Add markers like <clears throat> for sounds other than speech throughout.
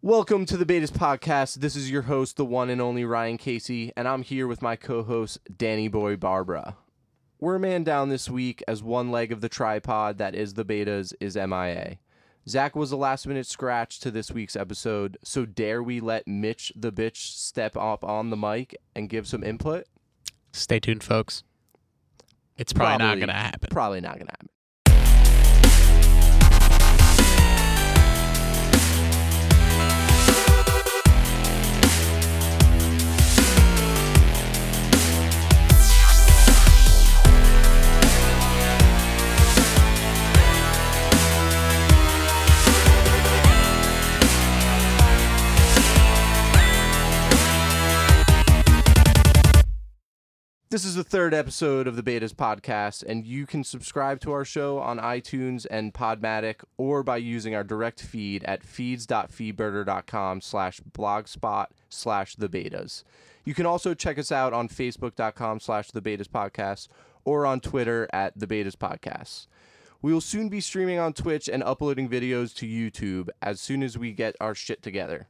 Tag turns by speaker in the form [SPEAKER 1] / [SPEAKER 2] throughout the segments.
[SPEAKER 1] Welcome to the Betas Podcast. This is your host, the one and only Ryan Casey, and I'm here with my co host, Danny Boy Barbara. We're a man down this week as one leg of the tripod that is the Betas is MIA. Zach was a last minute scratch to this week's episode, so dare we let Mitch the bitch step up on the mic and give some input?
[SPEAKER 2] Stay tuned, folks. It's probably, not
[SPEAKER 1] Probably.
[SPEAKER 2] going to happen.
[SPEAKER 1] Probably not going to happen. This is the third episode of the Betas podcast, and you can subscribe to our show on iTunes and Podmatic or by using our direct feed at feeds.feedburger.com slash blogspot slash the betas. You can also check us out on facebook.com slash the betas podcast or on Twitter at the betas podcast. We will soon be streaming on Twitch and uploading videos to YouTube as soon as we get our shit together.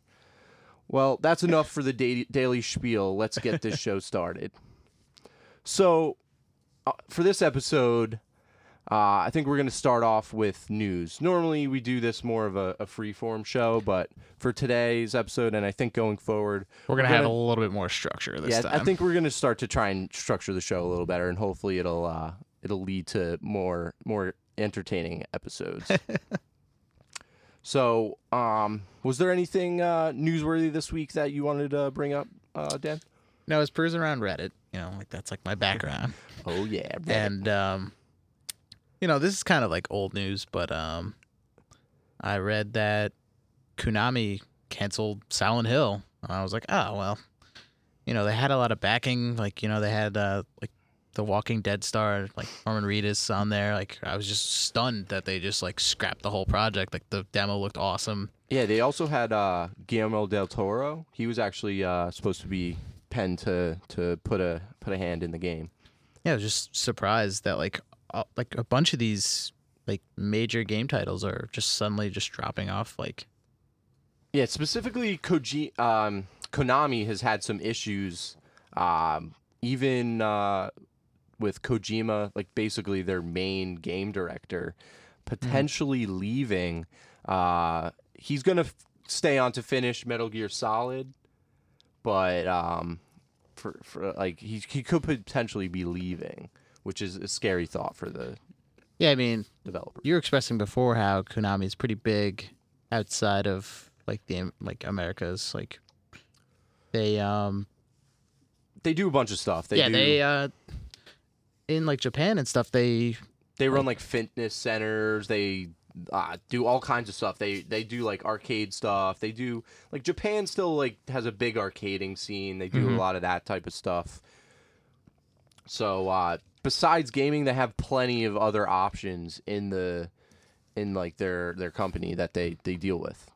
[SPEAKER 1] Well, that's enough for the da- daily spiel. Let's get this show started. So, uh, for this episode, uh, I think we're going to start off with news. Normally, we do this more of a, a free form show, but for today's episode, and I think going forward,
[SPEAKER 2] We're going to have a
[SPEAKER 1] gonna-
[SPEAKER 2] little bit more structure this
[SPEAKER 1] yeah,
[SPEAKER 2] time.
[SPEAKER 1] I think we're going to start to try and structure the show a little better, and hopefully, it'll uh, it'll lead to more more entertaining episodes. so, um, was there anything uh, newsworthy this week that you wanted to bring up, uh, Dan?
[SPEAKER 2] no, I was perusing around Reddit. You know, like that's like
[SPEAKER 1] <laughs>
[SPEAKER 2] my background.
[SPEAKER 1] Oh yeah,
[SPEAKER 2] and um, you know, this is kind of like old news, but um, I read that Konami canceled Silent Hill, and I was like, oh well, you know, they had a lot of backing. Like, you know, they had uh, like the Walking Dead star, like Norman Reedus, on there. Like, I was just stunned that they just like scrapped the whole project. Like, the demo looked awesome.
[SPEAKER 1] Yeah, they also had uh, Guillermo del Toro. He was actually uh, supposed to be penned to to put a put a hand in the game.
[SPEAKER 2] Yeah, I was just surprised that like uh, like a bunch of these like major game titles are just suddenly just dropping off. Like,
[SPEAKER 1] Yeah, specifically Koji, um, Konami has had some issues, um, even uh, with Kojima, like basically their main game director, potentially
[SPEAKER 2] Mm-hmm.
[SPEAKER 1] leaving. Uh, he's gonna f- stay on to finish Metal Gear Solid, but um, for, for like he he could potentially be leaving, which is a scary thought for the
[SPEAKER 2] yeah, I mean,
[SPEAKER 1] developer.
[SPEAKER 2] you were expressing before how Konami is pretty big outside of like the like Americas. Like, they um
[SPEAKER 1] They do a bunch of stuff. They
[SPEAKER 2] yeah
[SPEAKER 1] do,
[SPEAKER 2] they uh in like Japan and stuff they
[SPEAKER 1] They run like fitness centers. They uh, do all kinds of stuff. They they do like arcade stuff. They do like Japan still like has a big arcading scene. They do
[SPEAKER 2] Mm-hmm.
[SPEAKER 1] a lot of that type of stuff. So uh, besides gaming, they have plenty of other options in the in like their their company that they they deal with.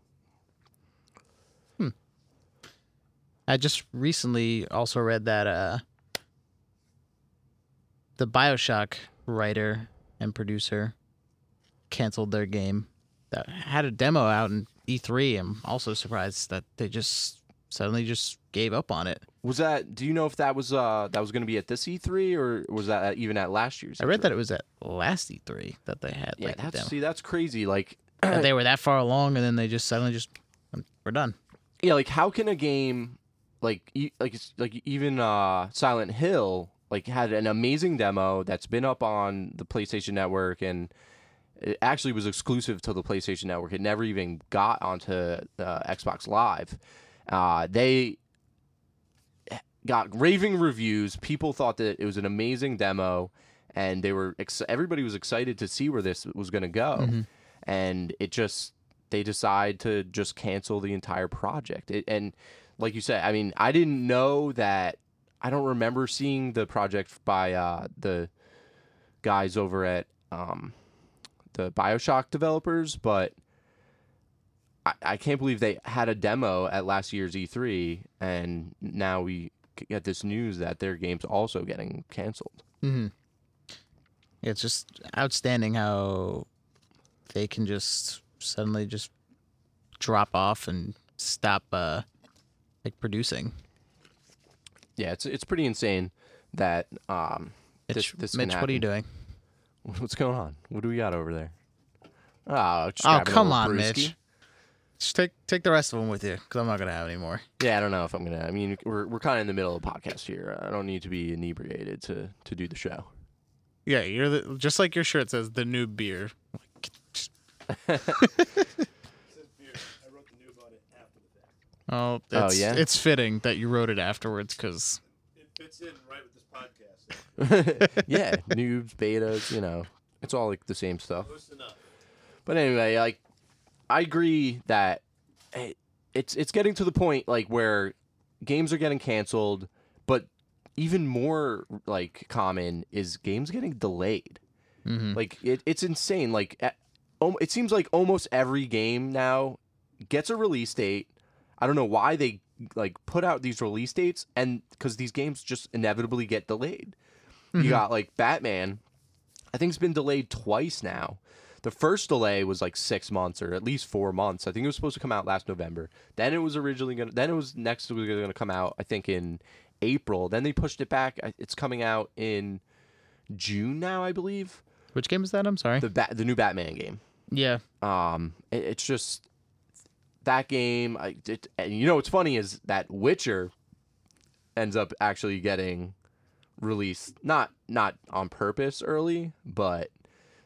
[SPEAKER 2] I just recently also read that uh, the Bioshock writer and producer canceled their game that had a demo out in E3. I'm also surprised that they just suddenly just gave up on it.
[SPEAKER 1] Was that? Do you know if that was uh that was going to be at this E3 or was that at, even at last year's?
[SPEAKER 2] I read
[SPEAKER 1] E3?
[SPEAKER 2] that it was at last E3 that they had
[SPEAKER 1] Yeah,
[SPEAKER 2] like a
[SPEAKER 1] that's
[SPEAKER 2] demo.
[SPEAKER 1] see, that's crazy. Like
[SPEAKER 2] That they were that far along and then they just suddenly just we're done.
[SPEAKER 1] yeah like how can a game like e- like it's- like even uh silent hill like had an amazing demo that's been up on the playstation network and it actually was exclusive to the playstation network it never even got onto uh, xbox live uh they got raving reviews people thought that it was an amazing demo and they were ex- everybody was excited to see where this was going to go and it just they decide to just cancel the entire project. It, and like you said, I mean, I didn't know that. I don't remember seeing the project by uh, the guys over at um, the Bioshock developers, but I, I can't believe they had a demo at last year's E3, and now we get this news that their game's also getting canceled.
[SPEAKER 2] It's just outstanding how they can just suddenly just drop off and stop uh like producing.
[SPEAKER 1] Yeah, it's it's pretty insane that um this
[SPEAKER 2] Mitch,
[SPEAKER 1] this can
[SPEAKER 2] Mitch what are you
[SPEAKER 1] happen.
[SPEAKER 2] doing?
[SPEAKER 1] What's going on? What do we got over there? Oh, just
[SPEAKER 2] Oh
[SPEAKER 1] grabbing a
[SPEAKER 2] come
[SPEAKER 1] little
[SPEAKER 2] on,
[SPEAKER 1] brewski.
[SPEAKER 2] Mitch. Just take take the rest of them with you because I'm not gonna have any more.
[SPEAKER 1] Yeah, I don't know if I'm gonna. I mean, we're we're kind of in the middle of a podcast here. I don't need to be inebriated to to do the show.
[SPEAKER 2] Yeah, you're the, just like your shirt says the new beer. Like, just- <laughs> Oh, it's,
[SPEAKER 1] yeah?
[SPEAKER 2] it's fitting that you wrote it afterwards because
[SPEAKER 3] It fits in right with this podcast.
[SPEAKER 1] <laughs> yeah, noobs, betas, you know, it's all like the same stuff.
[SPEAKER 3] Listen up.
[SPEAKER 1] But anyway, like I agree that it, it's it's getting to the point like where games are getting canceled, but even more like common is games getting delayed. Like it, it's insane. Like a- om- it seems like almost every game now gets a release date. I don't know why they like put out these release dates, and because these games just inevitably get delayed. You got like Batman. I think it's been delayed twice now. The first delay was like six months or at least four months. I think it was supposed to come out last November. Then it was originally gonna. Then it was next it was gonna come out. I think in April. Then they pushed it back. I- It's coming out in June now, I believe
[SPEAKER 2] which game is that? I'm sorry.
[SPEAKER 1] the bat the new Batman game.
[SPEAKER 2] yeah,
[SPEAKER 1] Um, it- it's just that game. I, it, and you know what's funny is that Witcher ends up actually getting released not not on purpose early, but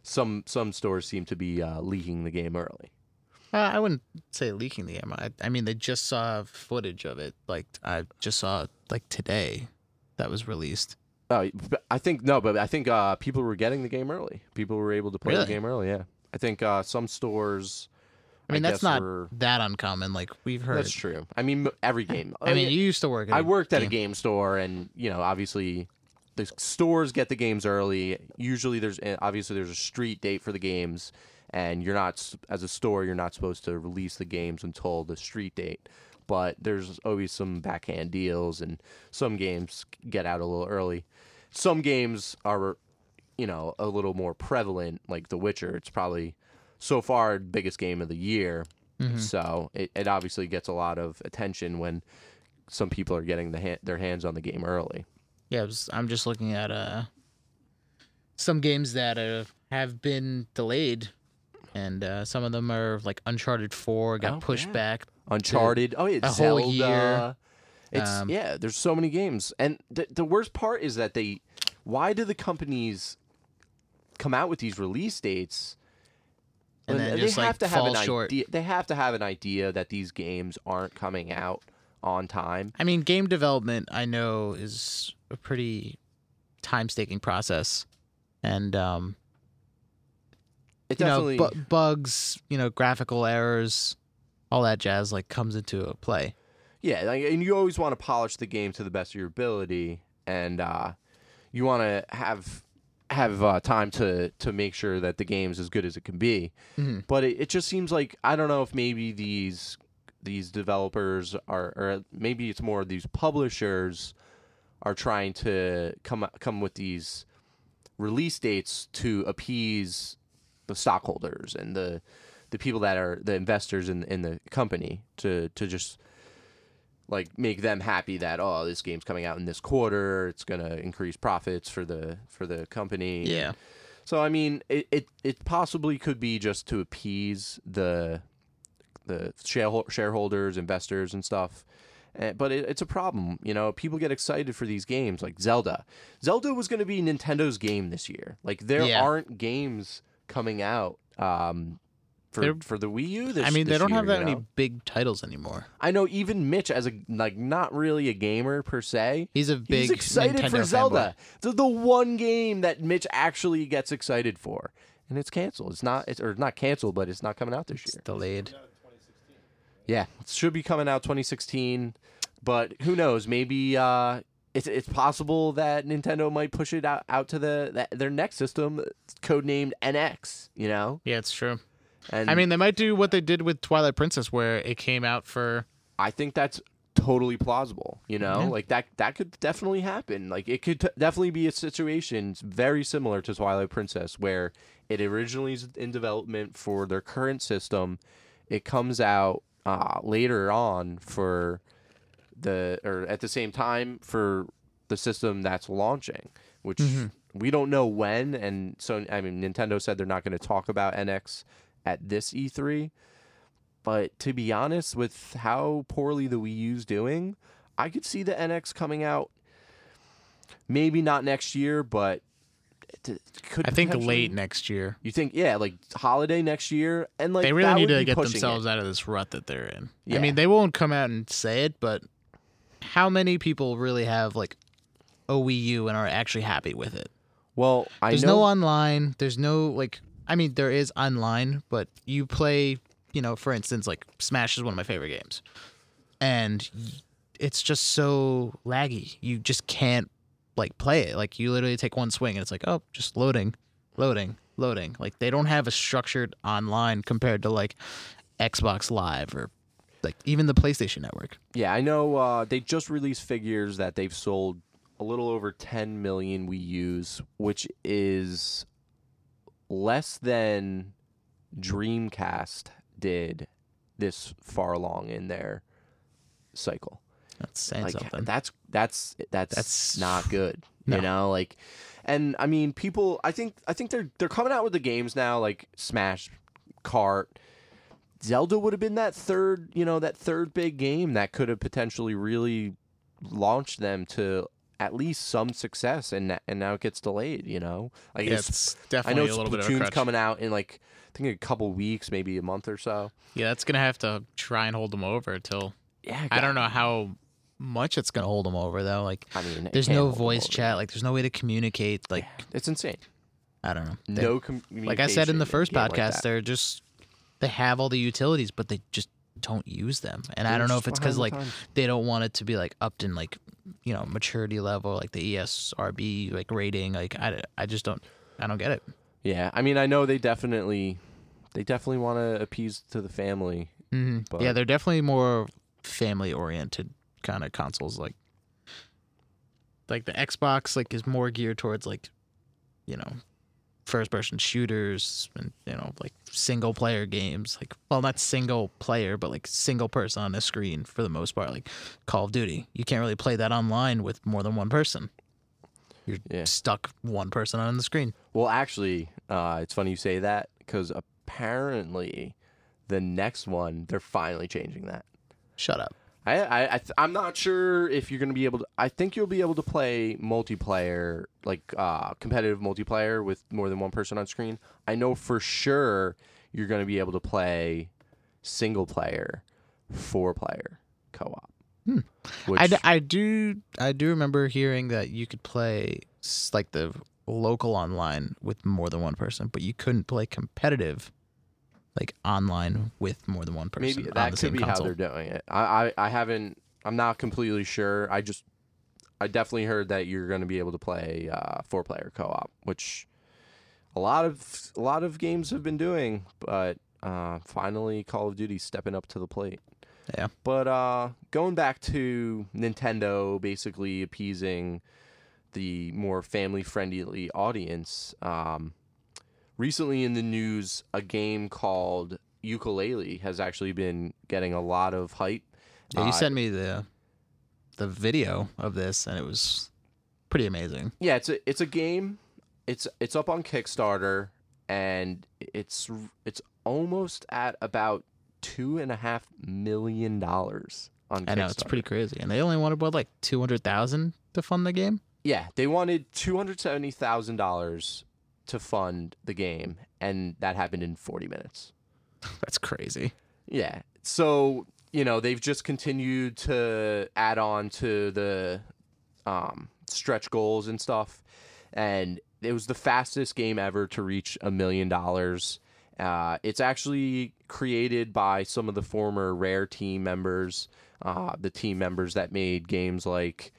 [SPEAKER 1] some some stores seem to be uh, leaking the game early.
[SPEAKER 2] uh, I wouldn't say leaking the game. I, I mean, they just saw footage of it. Like I just saw like today that was released.
[SPEAKER 1] Oh, but I think no, but I think uh, people were getting the game early. People were able to play the
[SPEAKER 2] Really?
[SPEAKER 1] game early. Yeah, I think uh, some stores.
[SPEAKER 2] I mean, that's
[SPEAKER 1] guess,
[SPEAKER 2] not
[SPEAKER 1] were-
[SPEAKER 2] that uncommon. Like we've heard.
[SPEAKER 1] that's true. I mean, every game.
[SPEAKER 2] I mean, you used to work. At
[SPEAKER 1] I worked at a game store, and you know, obviously, the stores get the games early. Usually, there's and obviously there's a street date for the games, and you're not s- as a store, you're not supposed to release the games until the street date. But there's always some backhand deals, and some games get out a little early. Some games are, you know, a little more prevalent, like The Witcher. It's probably so far biggest game of the year. So it, it obviously gets a lot of attention when some people are getting the ha- their hands on the game early.
[SPEAKER 2] Yeah, I was, I'm just looking at uh some games that uh, have been delayed, and uh, some of them are like Uncharted Four got
[SPEAKER 1] Oh,
[SPEAKER 2] pushed
[SPEAKER 1] yeah.
[SPEAKER 2] back.
[SPEAKER 1] Uncharted, oh yeah,
[SPEAKER 2] a whole
[SPEAKER 1] Zelda.
[SPEAKER 2] year.
[SPEAKER 1] It's
[SPEAKER 2] Um,
[SPEAKER 1] yeah, there's so many games, and th- the worst part is that they, why do the companies come out with these release dates?
[SPEAKER 2] And
[SPEAKER 1] when
[SPEAKER 2] then just,
[SPEAKER 1] they
[SPEAKER 2] like,
[SPEAKER 1] have to have
[SPEAKER 2] fall
[SPEAKER 1] an
[SPEAKER 2] short.
[SPEAKER 1] idea. They have to have an idea that these games aren't coming out on time.
[SPEAKER 2] I mean, game development I know is a pretty time-taking process, and um,
[SPEAKER 1] It
[SPEAKER 2] you know,
[SPEAKER 1] definitely.
[SPEAKER 2] bu- bugs, you know, graphical errors, all that jazz like comes into play.
[SPEAKER 1] Yeah, like, and you always want to polish the game to the best of your ability, and uh, you want to have have uh, time to to make sure that the game's as good as it can be.
[SPEAKER 2] Mhm.
[SPEAKER 1] But it, it just seems like I don't know if maybe these these developers are, or maybe it's more these publishers are trying to come come with these release dates to appease the stockholders and the the people that are the investors in in the company to to just like make them happy that oh this game's coming out in this quarter it's going to increase profits for the for the company
[SPEAKER 2] Yeah,
[SPEAKER 1] so i mean it it, it possibly could be just to appease the the shareho- shareholders investors and stuff Eh, but it, it's a problem you know people get excited for these games like zelda zelda was going to be nintendo's game this year like there
[SPEAKER 2] Yeah.
[SPEAKER 1] aren't games coming out um for,
[SPEAKER 2] They're-
[SPEAKER 1] for the Wii U, this
[SPEAKER 2] I mean they
[SPEAKER 1] this
[SPEAKER 2] don't have
[SPEAKER 1] year,
[SPEAKER 2] that
[SPEAKER 1] you
[SPEAKER 2] many
[SPEAKER 1] know?
[SPEAKER 2] big titles anymore.
[SPEAKER 1] I know even Mitch, as a like not really a gamer per se,
[SPEAKER 2] He's a big
[SPEAKER 1] he's excited
[SPEAKER 2] Nintendo
[SPEAKER 1] for
[SPEAKER 2] fanboy.
[SPEAKER 1] Zelda. The, the one game that Mitch actually gets excited for, and it's canceled. It's not, it's, or not canceled, but it's not coming out this year.
[SPEAKER 2] Delayed.
[SPEAKER 1] Yeah, it should be coming out 2016, but who knows? Maybe uh, it's it's possible that Nintendo might push it out, out to the, that their next system, codenamed NX. You know,
[SPEAKER 2] Yeah, it's true.
[SPEAKER 1] and
[SPEAKER 2] I mean, they might do what they did with Twilight Princess, where it came out for
[SPEAKER 1] I think that's totally plausible. You know, like that that could definitely happen. Like it could t- definitely be a situation very similar to Twilight Princess, where it originally is in development for their current system. It comes out uh, later on for the or at the same time for the system that's launching, which
[SPEAKER 2] Mhm.
[SPEAKER 1] we don't know when. And so I mean, Nintendo said they're not going to talk about NX at this E3. But to be honest, with how poorly the Wii U's doing, I could see the NX coming out. Maybe not next year, but it it could.
[SPEAKER 2] I think
[SPEAKER 1] potentially-
[SPEAKER 2] late next year.
[SPEAKER 1] You think, yeah, like holiday next year, and like
[SPEAKER 2] they really
[SPEAKER 1] that
[SPEAKER 2] need
[SPEAKER 1] would
[SPEAKER 2] to
[SPEAKER 1] be
[SPEAKER 2] get
[SPEAKER 1] pushing it.
[SPEAKER 2] themselves out of this rut that they're in.
[SPEAKER 1] Yeah.
[SPEAKER 2] I mean, they won't come out and say it, but how many people really have like a Wii U and are actually happy with it?
[SPEAKER 1] Well, I
[SPEAKER 2] There's
[SPEAKER 1] know
[SPEAKER 2] no online. There's no like. I mean, there is online, but you play. You know, for instance, like Smash is one of my favorite games, and y- it's just so laggy. You just can't like play it. Like you literally take one swing and it's like, oh, just loading, loading, loading. Like they don't have a structured online compared to like Xbox Live or like even the PlayStation Network.
[SPEAKER 1] Yeah, I know. Uh, they just released figures that they've sold a little over 10 million Wii U's, which is less than Dreamcast did this far along in their cycle.
[SPEAKER 2] That's saying
[SPEAKER 1] Like
[SPEAKER 2] something.
[SPEAKER 1] that's that's that's
[SPEAKER 2] That's-
[SPEAKER 1] not
[SPEAKER 2] <laughs>
[SPEAKER 1] good.
[SPEAKER 2] No.
[SPEAKER 1] You know, like, and I mean, people. I think I think they're they're coming out with the games now, like Smash, Kart, Zelda would have been that third, you know, that third big game that could have potentially really launched them to at least some success, and that- and now it gets delayed. You know, like
[SPEAKER 2] yeah,
[SPEAKER 1] it's-
[SPEAKER 2] it's
[SPEAKER 1] I
[SPEAKER 2] definitely
[SPEAKER 1] know
[SPEAKER 2] a little bit of a
[SPEAKER 1] Splatoon's
[SPEAKER 2] crutch.
[SPEAKER 1] coming out in like I think a couple weeks, maybe a month or so.
[SPEAKER 2] Yeah, that's gonna have to try and hold them over until
[SPEAKER 1] <laughs> Yeah,
[SPEAKER 2] I don't know how much it's gonna hold them over though. Like,
[SPEAKER 1] I mean, it
[SPEAKER 2] there's
[SPEAKER 1] can't
[SPEAKER 2] no
[SPEAKER 1] hold them
[SPEAKER 2] voice
[SPEAKER 1] over.
[SPEAKER 2] chat. Like, there's no way to communicate. Like,
[SPEAKER 1] It's insane.
[SPEAKER 2] I don't know. They-
[SPEAKER 1] No, com-
[SPEAKER 2] like I said in
[SPEAKER 1] communication
[SPEAKER 2] the first
[SPEAKER 1] a game like
[SPEAKER 2] podcast,
[SPEAKER 1] that.
[SPEAKER 2] they're just they have all the utilities, but they just don't use them. And I don't know if it's because like they don't want it to be like upped in like you know maturity level, like the E ESRB like rating. Like I, I just don't I don't get it.
[SPEAKER 1] yeah i mean i know they definitely they definitely want to appease to the family
[SPEAKER 2] hmm
[SPEAKER 1] But-
[SPEAKER 2] Yeah, they're definitely more family oriented kind of consoles. Like, like the Xbox, like is more geared towards like, you know, first person shooters and you know like single player games. Like, well, not single player, but like single person on a screen for the most part. Like Call of Duty, you can't really play that online with more than one person. You're
[SPEAKER 1] Yeah.
[SPEAKER 2] stuck one person on the screen.
[SPEAKER 1] well actually uh, it's funny you say that because apparently the next one they're finally changing that
[SPEAKER 2] Shut up.
[SPEAKER 1] I, I, I th- I'm not sure if you're going to be able to. I think you'll be able to play multiplayer, like uh, competitive multiplayer with more than one person on screen. I know for sure you're going to be able to play single player, four player co op.
[SPEAKER 2] Hmm.
[SPEAKER 1] Which,
[SPEAKER 2] I, d- I do I do remember hearing that you could play s- like the local online with more than one person, but you couldn't play competitive like online with more than one person.
[SPEAKER 1] maybe
[SPEAKER 2] on
[SPEAKER 1] that
[SPEAKER 2] the
[SPEAKER 1] could
[SPEAKER 2] same
[SPEAKER 1] be how
[SPEAKER 2] console.
[SPEAKER 1] they're doing it. I, I, I haven't. I'm not completely sure. I just. I definitely heard that you're going to be able to play uh, four player co op, which a lot of a lot of games have been doing, but uh, finally Call of Duty stepping up to the plate.
[SPEAKER 2] Yeah.
[SPEAKER 1] But uh, going back to Nintendo, basically appeasing the more family friendly audience. Um, recently in the news, a game called Ukulele has actually been getting a lot of hype.
[SPEAKER 2] Yeah,
[SPEAKER 1] Uh,
[SPEAKER 2] you sent me the the video of this and it was pretty amazing.
[SPEAKER 1] Yeah, it's a it's a game. It's it's up on Kickstarter, and it's it's almost at about two and a half million dollars on. Kickstarter.
[SPEAKER 2] I know it's pretty crazy, and they only wanted what like two hundred thousand to fund the game. <laughs>
[SPEAKER 1] Yeah, they wanted two hundred seventy thousand dollars to fund the game, and that happened in forty minutes.
[SPEAKER 2] That's crazy.
[SPEAKER 1] Yeah. So, you know, they've just continued to add on to the um, stretch goals and stuff. And it was the fastest game ever to reach a million dollars. Uh, It's actually created by some of the former Rare team members, uh, the team members that made games like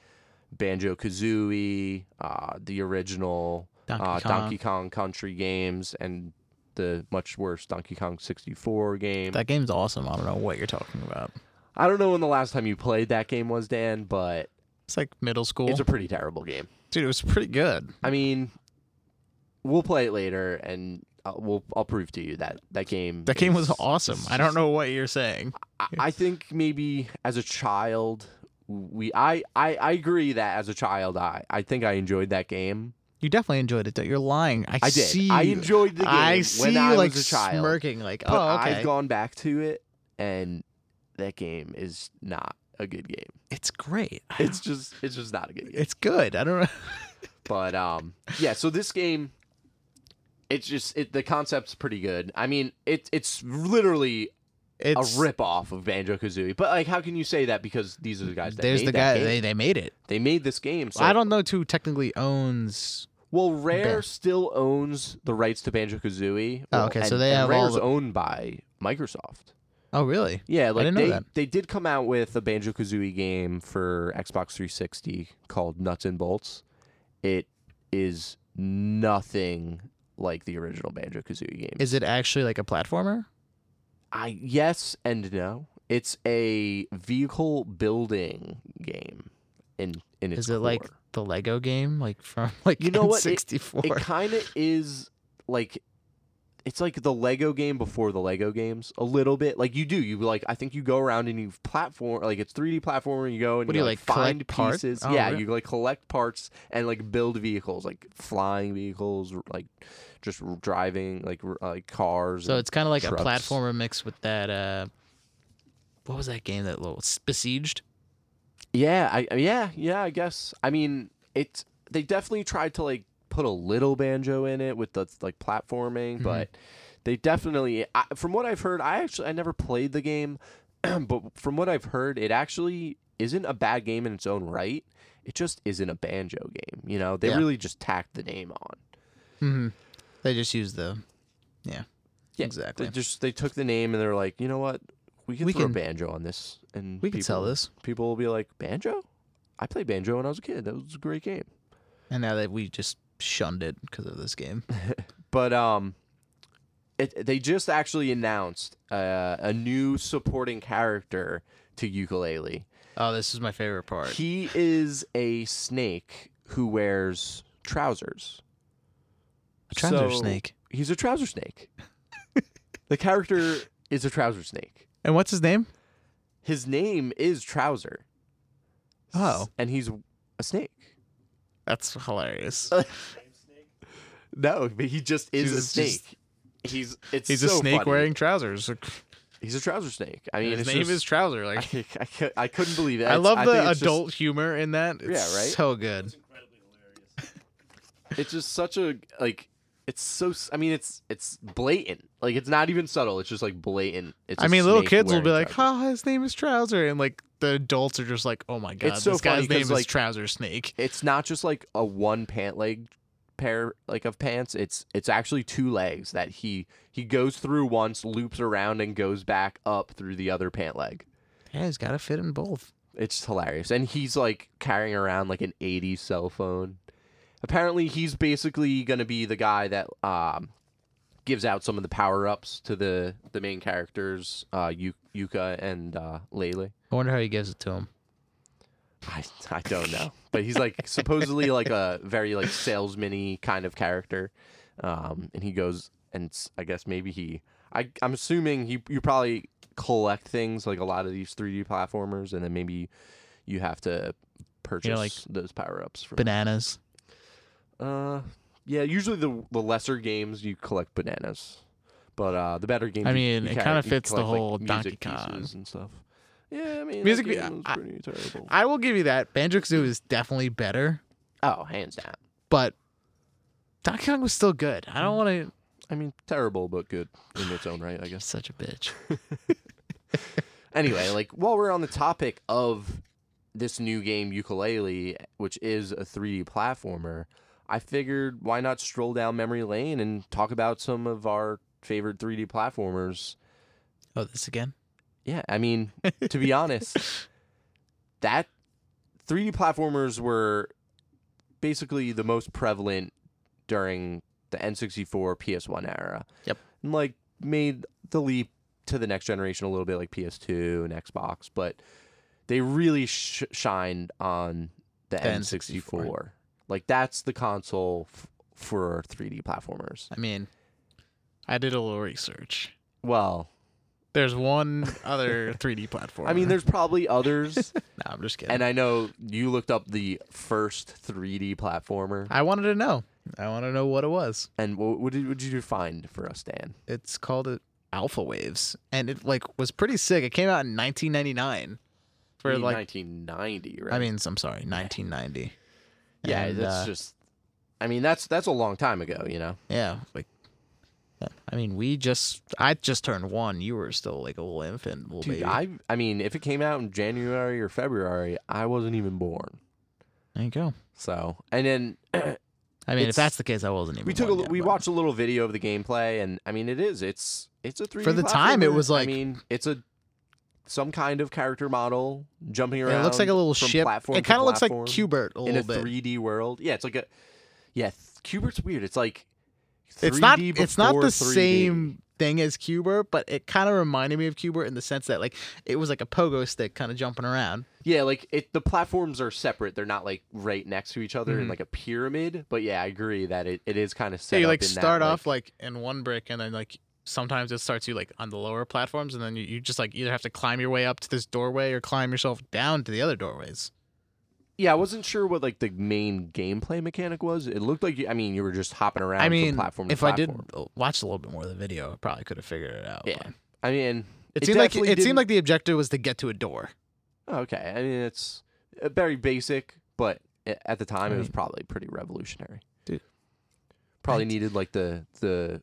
[SPEAKER 1] Banjo Kazooie, uh, the original
[SPEAKER 2] Donkey
[SPEAKER 1] uh,
[SPEAKER 2] Kong.
[SPEAKER 1] Donkey Kong Country games, and the much worse Donkey Kong 64 game.
[SPEAKER 2] That game's awesome. I don't know what you're talking about.
[SPEAKER 1] I don't know when the last time you played that game was, Dan, but
[SPEAKER 2] It's like middle school.
[SPEAKER 1] it's a pretty terrible game.
[SPEAKER 2] Dude, it was pretty good.
[SPEAKER 1] I mean, we'll play it later, and uh, we'll I'll prove to you that that game
[SPEAKER 2] That game was
[SPEAKER 1] is-
[SPEAKER 2] awesome. I don't know what you're saying.
[SPEAKER 1] I, I think maybe as a child we I, I I agree that as a child I I think I enjoyed that game.
[SPEAKER 2] You definitely enjoyed it. though. You're lying. I,
[SPEAKER 1] I did.
[SPEAKER 2] See
[SPEAKER 1] I
[SPEAKER 2] you.
[SPEAKER 1] enjoyed the game
[SPEAKER 2] I see
[SPEAKER 1] when
[SPEAKER 2] you
[SPEAKER 1] I
[SPEAKER 2] like
[SPEAKER 1] was a child.
[SPEAKER 2] smirking, like,
[SPEAKER 1] But
[SPEAKER 2] oh, okay.
[SPEAKER 1] I've gone back to it and that game is not a good game.
[SPEAKER 2] it's great. <sighs> I
[SPEAKER 1] It's
[SPEAKER 2] don't-
[SPEAKER 1] just it's just not a
[SPEAKER 2] <laughs>
[SPEAKER 1] good game.
[SPEAKER 2] it's good. I don't know.
[SPEAKER 1] But um yeah, so this game it's just it the concept's pretty good. I mean, it's it's literally
[SPEAKER 2] It's
[SPEAKER 1] a rip off of Banjo Kazooie. But like how can you say that because these are the guys that
[SPEAKER 2] There's
[SPEAKER 1] made
[SPEAKER 2] the
[SPEAKER 1] that
[SPEAKER 2] guy.
[SPEAKER 1] game.
[SPEAKER 2] They, they made it.
[SPEAKER 1] They made this game. So
[SPEAKER 2] I don't know who technically owns.
[SPEAKER 1] Well, Rare
[SPEAKER 2] Ban-
[SPEAKER 1] still owns the rights to Banjo Kazooie.
[SPEAKER 2] Oh, okay, so they have all
[SPEAKER 1] Rare's
[SPEAKER 2] the-
[SPEAKER 1] owned by Microsoft.
[SPEAKER 2] Oh, really?
[SPEAKER 1] Yeah, like
[SPEAKER 2] didn't know
[SPEAKER 1] they
[SPEAKER 2] that.
[SPEAKER 1] they did come out with a Banjo Kazooie game for Xbox 360 called Nuts and Bolts. It is nothing like the original Banjo Kazooie game.
[SPEAKER 2] Is it actually like a platformer?
[SPEAKER 1] I yes and no. It's a vehicle building game. In in its
[SPEAKER 2] Is it like
[SPEAKER 1] core.
[SPEAKER 2] the Lego game, like from <laughs> like
[SPEAKER 1] You know what? It- <laughs>
[SPEAKER 2] N64?
[SPEAKER 1] It kind of is like it's like the Lego game before the Lego games a little bit. Like you do, you like I think you go around and you platform like it's 3D platforming. You go and
[SPEAKER 2] What do
[SPEAKER 1] you,
[SPEAKER 2] you,
[SPEAKER 1] like,
[SPEAKER 2] like,
[SPEAKER 1] find
[SPEAKER 2] collect parts?
[SPEAKER 1] pieces.
[SPEAKER 2] Oh,
[SPEAKER 1] yeah,
[SPEAKER 2] really?
[SPEAKER 1] you like collect parts and like build vehicles, like flying vehicles, r- like just r- driving like r- like cars.
[SPEAKER 2] so
[SPEAKER 1] and
[SPEAKER 2] it's kind of like
[SPEAKER 1] trucks.
[SPEAKER 2] a platformer mix with that. uh What was that game? That little besieged.
[SPEAKER 1] Yeah, I I- yeah, yeah, I guess. I mean, it's they definitely tried to like put a little banjo in it with the like platforming,
[SPEAKER 2] Mhm.
[SPEAKER 1] but they definitely I, from what I've heard, I actually I never played the game, <clears throat> but from what I've heard, it actually isn't a bad game in its own right. It just isn't a banjo game, you know. They
[SPEAKER 2] Yeah.
[SPEAKER 1] really just tacked the name on.
[SPEAKER 2] Mm-hmm. They just use the. Yeah.
[SPEAKER 1] Yeah,
[SPEAKER 2] exactly.
[SPEAKER 1] They just they took the name and they're like, "You know what? We can
[SPEAKER 2] We
[SPEAKER 1] throw
[SPEAKER 2] can-
[SPEAKER 1] banjo on this and
[SPEAKER 2] we could sell
[SPEAKER 1] people-
[SPEAKER 2] this,
[SPEAKER 1] People will be like, "Banjo? I played banjo when I was a kid. That was a great game."
[SPEAKER 2] and now that we just shunned it because of
[SPEAKER 1] <laughs>
[SPEAKER 2] this game.
[SPEAKER 1] but um it, they just actually announced uh, a new supporting character to ukulele
[SPEAKER 2] Oh, this is my favorite part.
[SPEAKER 1] he is a snake who wears trousers
[SPEAKER 2] A trouser
[SPEAKER 1] So,
[SPEAKER 2] snake.
[SPEAKER 1] he's a trouser snake <laughs> the character is a trouser snake
[SPEAKER 2] And what's his name?
[SPEAKER 1] his name is trouser S-
[SPEAKER 2] Oh.
[SPEAKER 1] and he's a snake
[SPEAKER 2] That's
[SPEAKER 1] <laughs>
[SPEAKER 2] hilarious.
[SPEAKER 3] Name Snake?
[SPEAKER 1] no but he just is a
[SPEAKER 2] He's just-
[SPEAKER 1] snake he's it's
[SPEAKER 2] He's a
[SPEAKER 1] so
[SPEAKER 2] snake
[SPEAKER 1] funny.
[SPEAKER 2] wearing trousers.
[SPEAKER 1] he's a trouser snake i mean
[SPEAKER 2] his
[SPEAKER 1] it's
[SPEAKER 2] name
[SPEAKER 1] just-
[SPEAKER 2] is Trouser. Like
[SPEAKER 1] I, I, cou- I couldn't believe it.
[SPEAKER 2] I
[SPEAKER 1] It's-
[SPEAKER 2] love
[SPEAKER 1] think
[SPEAKER 2] the
[SPEAKER 1] it's just-
[SPEAKER 2] adult humor in that. It's
[SPEAKER 1] Yeah, right?
[SPEAKER 2] So good.
[SPEAKER 3] It's incredibly hilarious.
[SPEAKER 1] it's just such a like. It's so. s- I mean, it's it's blatant. Like it's not even subtle. It's just like blatant. It's.
[SPEAKER 2] I
[SPEAKER 1] a
[SPEAKER 2] mean, little
[SPEAKER 1] snake
[SPEAKER 2] kids will be
[SPEAKER 1] wearing
[SPEAKER 2] like,
[SPEAKER 1] trousers.
[SPEAKER 2] "Ha, his name is Trouser," and like the adults are just like, "Oh my god,
[SPEAKER 1] It's so
[SPEAKER 2] this
[SPEAKER 1] funny
[SPEAKER 2] guy's
[SPEAKER 1] 'cause,
[SPEAKER 2] name is
[SPEAKER 1] like-
[SPEAKER 2] Trouser Snake."
[SPEAKER 1] It's not just like a one pant leg pair like of pants. It's it's actually two legs that he he goes through once, loops around, and goes back up through the other pant leg.
[SPEAKER 2] Yeah, he's got to fit in both.
[SPEAKER 1] It's hilarious. And he's like carrying around like an 80s cell phone. Apparently, he's basically going to be the guy that um, gives out some of the power ups to the, the main characters, uh, Yu- Yuka and uh, Lele.
[SPEAKER 2] I wonder how he gives it to him.
[SPEAKER 1] I, I don't know. But he's like supposedly like a very like salesman kind of character. Um, and he goes and s- I guess maybe he I I'm assuming he you probably collect things like a lot of these 3D platformers and then maybe you have to purchase
[SPEAKER 2] like,
[SPEAKER 1] those power-ups from
[SPEAKER 2] Bananas.
[SPEAKER 1] uh yeah, usually the the lesser games you collect bananas. But uh the better games
[SPEAKER 2] I
[SPEAKER 1] you-
[SPEAKER 2] mean,
[SPEAKER 1] you
[SPEAKER 2] it
[SPEAKER 1] ca-
[SPEAKER 2] kinda
[SPEAKER 1] you
[SPEAKER 2] fits the
[SPEAKER 1] collect, like,
[SPEAKER 2] whole
[SPEAKER 1] music
[SPEAKER 2] Donkey Kong.
[SPEAKER 1] pieces and stuff. Yeah, I mean,
[SPEAKER 2] Music
[SPEAKER 1] that
[SPEAKER 2] vi-
[SPEAKER 1] game was
[SPEAKER 2] I-
[SPEAKER 1] pretty terrible.
[SPEAKER 2] I will give you that. Banjo Kazooie is definitely better,
[SPEAKER 1] oh, hands down.
[SPEAKER 2] but Donkey Kong was still good. I don't want to.
[SPEAKER 1] I mean, terrible but good in its own right, I guess.
[SPEAKER 2] Such a bitch.
[SPEAKER 1] <sighs> Anyway, like while we're on the topic of this new game, Ukulele, which is a 3D platformer, I figured why not stroll down memory lane and talk about some of our favorite 3D platformers.
[SPEAKER 2] Oh, this again.
[SPEAKER 1] Yeah, I mean, to be honest, <laughs> that 3D platformers were basically the most prevalent during the N64 PS1 era.
[SPEAKER 2] Yep.
[SPEAKER 1] And like made the leap to the next generation a little bit like PS2 and Xbox, but they really sh- shined on the,
[SPEAKER 2] The
[SPEAKER 1] N64. Like that's the console f- for 3D platformers.
[SPEAKER 2] I mean, I did a little research.
[SPEAKER 1] Well,
[SPEAKER 2] There's one
[SPEAKER 1] <laughs>
[SPEAKER 2] other 3D platform.
[SPEAKER 1] I mean, there's probably others,
[SPEAKER 2] No, I'm just kidding.
[SPEAKER 1] and I know you looked up the first 3D platformer.
[SPEAKER 2] I wanted to know. I want to know what it was.
[SPEAKER 1] And what, what did what did you find for us, Dan?
[SPEAKER 2] It's called it Alpha Waves, and it like was pretty sick. It came out in 1999. For
[SPEAKER 1] You mean
[SPEAKER 2] like,
[SPEAKER 1] 1990, right?
[SPEAKER 2] I mean, I'm sorry, 1990.
[SPEAKER 1] yeah,
[SPEAKER 2] And,
[SPEAKER 1] that's
[SPEAKER 2] uh,
[SPEAKER 1] just. I mean, that's that's a long time ago, you know.
[SPEAKER 2] yeah. Like, yeah, I mean, we just, I just turned one. You were still like a little infant, little
[SPEAKER 1] Dude,
[SPEAKER 2] baby.
[SPEAKER 1] I I mean, if it came out in January or February, I wasn't even born.
[SPEAKER 2] there you go.
[SPEAKER 1] So, and then <clears throat>
[SPEAKER 2] I mean,
[SPEAKER 1] It's-
[SPEAKER 2] if that's the case, I wasn't even.
[SPEAKER 1] we took a,
[SPEAKER 2] one
[SPEAKER 1] li-
[SPEAKER 2] yet,
[SPEAKER 1] we
[SPEAKER 2] but-
[SPEAKER 1] watched a little video of the gameplay, and I mean, it is it's it's a three
[SPEAKER 2] the time, it was
[SPEAKER 1] I
[SPEAKER 2] like-
[SPEAKER 1] mean, it's a some kind of character model jumping around.
[SPEAKER 2] It looks like a little
[SPEAKER 1] from
[SPEAKER 2] ship.
[SPEAKER 1] platform
[SPEAKER 2] It
[SPEAKER 1] to
[SPEAKER 2] kind of looks like
[SPEAKER 1] platform
[SPEAKER 2] Cubert a
[SPEAKER 1] in
[SPEAKER 2] little
[SPEAKER 1] a
[SPEAKER 2] bit.
[SPEAKER 1] three D world. Yeah, it's like a yeah. Th- Cubert's weird. It's like
[SPEAKER 2] It's not.
[SPEAKER 1] 3D
[SPEAKER 2] It's not
[SPEAKER 1] before
[SPEAKER 2] the
[SPEAKER 1] 3D.
[SPEAKER 2] same thing as Cubert, but it kind of reminded me of Cubert in the sense that like it was like a pogo stick kind of jumping around.
[SPEAKER 1] Yeah, like it. The platforms are separate. They're not like right next to each other in
[SPEAKER 2] Mhm.
[SPEAKER 1] like a pyramid. But yeah, I agree that it, it is kind of set.
[SPEAKER 2] So you
[SPEAKER 1] up
[SPEAKER 2] like
[SPEAKER 1] in that,
[SPEAKER 2] start
[SPEAKER 1] like-
[SPEAKER 2] off like in one brick, and then like sometimes it starts you like on the lower platforms, and then you, you just like either have to climb your way up to this doorway or climb yourself down to the other doorways.
[SPEAKER 1] Yeah, I wasn't sure what like the main gameplay mechanic was. It looked like you, I mean you were just hopping around.
[SPEAKER 2] I
[SPEAKER 1] from
[SPEAKER 2] mean,
[SPEAKER 1] platform to
[SPEAKER 2] if I did
[SPEAKER 1] platform.
[SPEAKER 2] uh, watch a little bit more of the video, I probably could have figured it out.
[SPEAKER 1] Yeah.
[SPEAKER 2] but
[SPEAKER 1] I mean,
[SPEAKER 2] It,
[SPEAKER 1] It
[SPEAKER 2] seemed like it
[SPEAKER 1] definitely
[SPEAKER 2] seemed
[SPEAKER 1] didn't-
[SPEAKER 2] like the objective was to get to a door.
[SPEAKER 1] okay. I mean, it's uh, very basic, but a- at the time
[SPEAKER 2] I
[SPEAKER 1] it was
[SPEAKER 2] mean-
[SPEAKER 1] probably pretty revolutionary.
[SPEAKER 2] Dude.
[SPEAKER 1] probably
[SPEAKER 2] Right.
[SPEAKER 1] needed like the the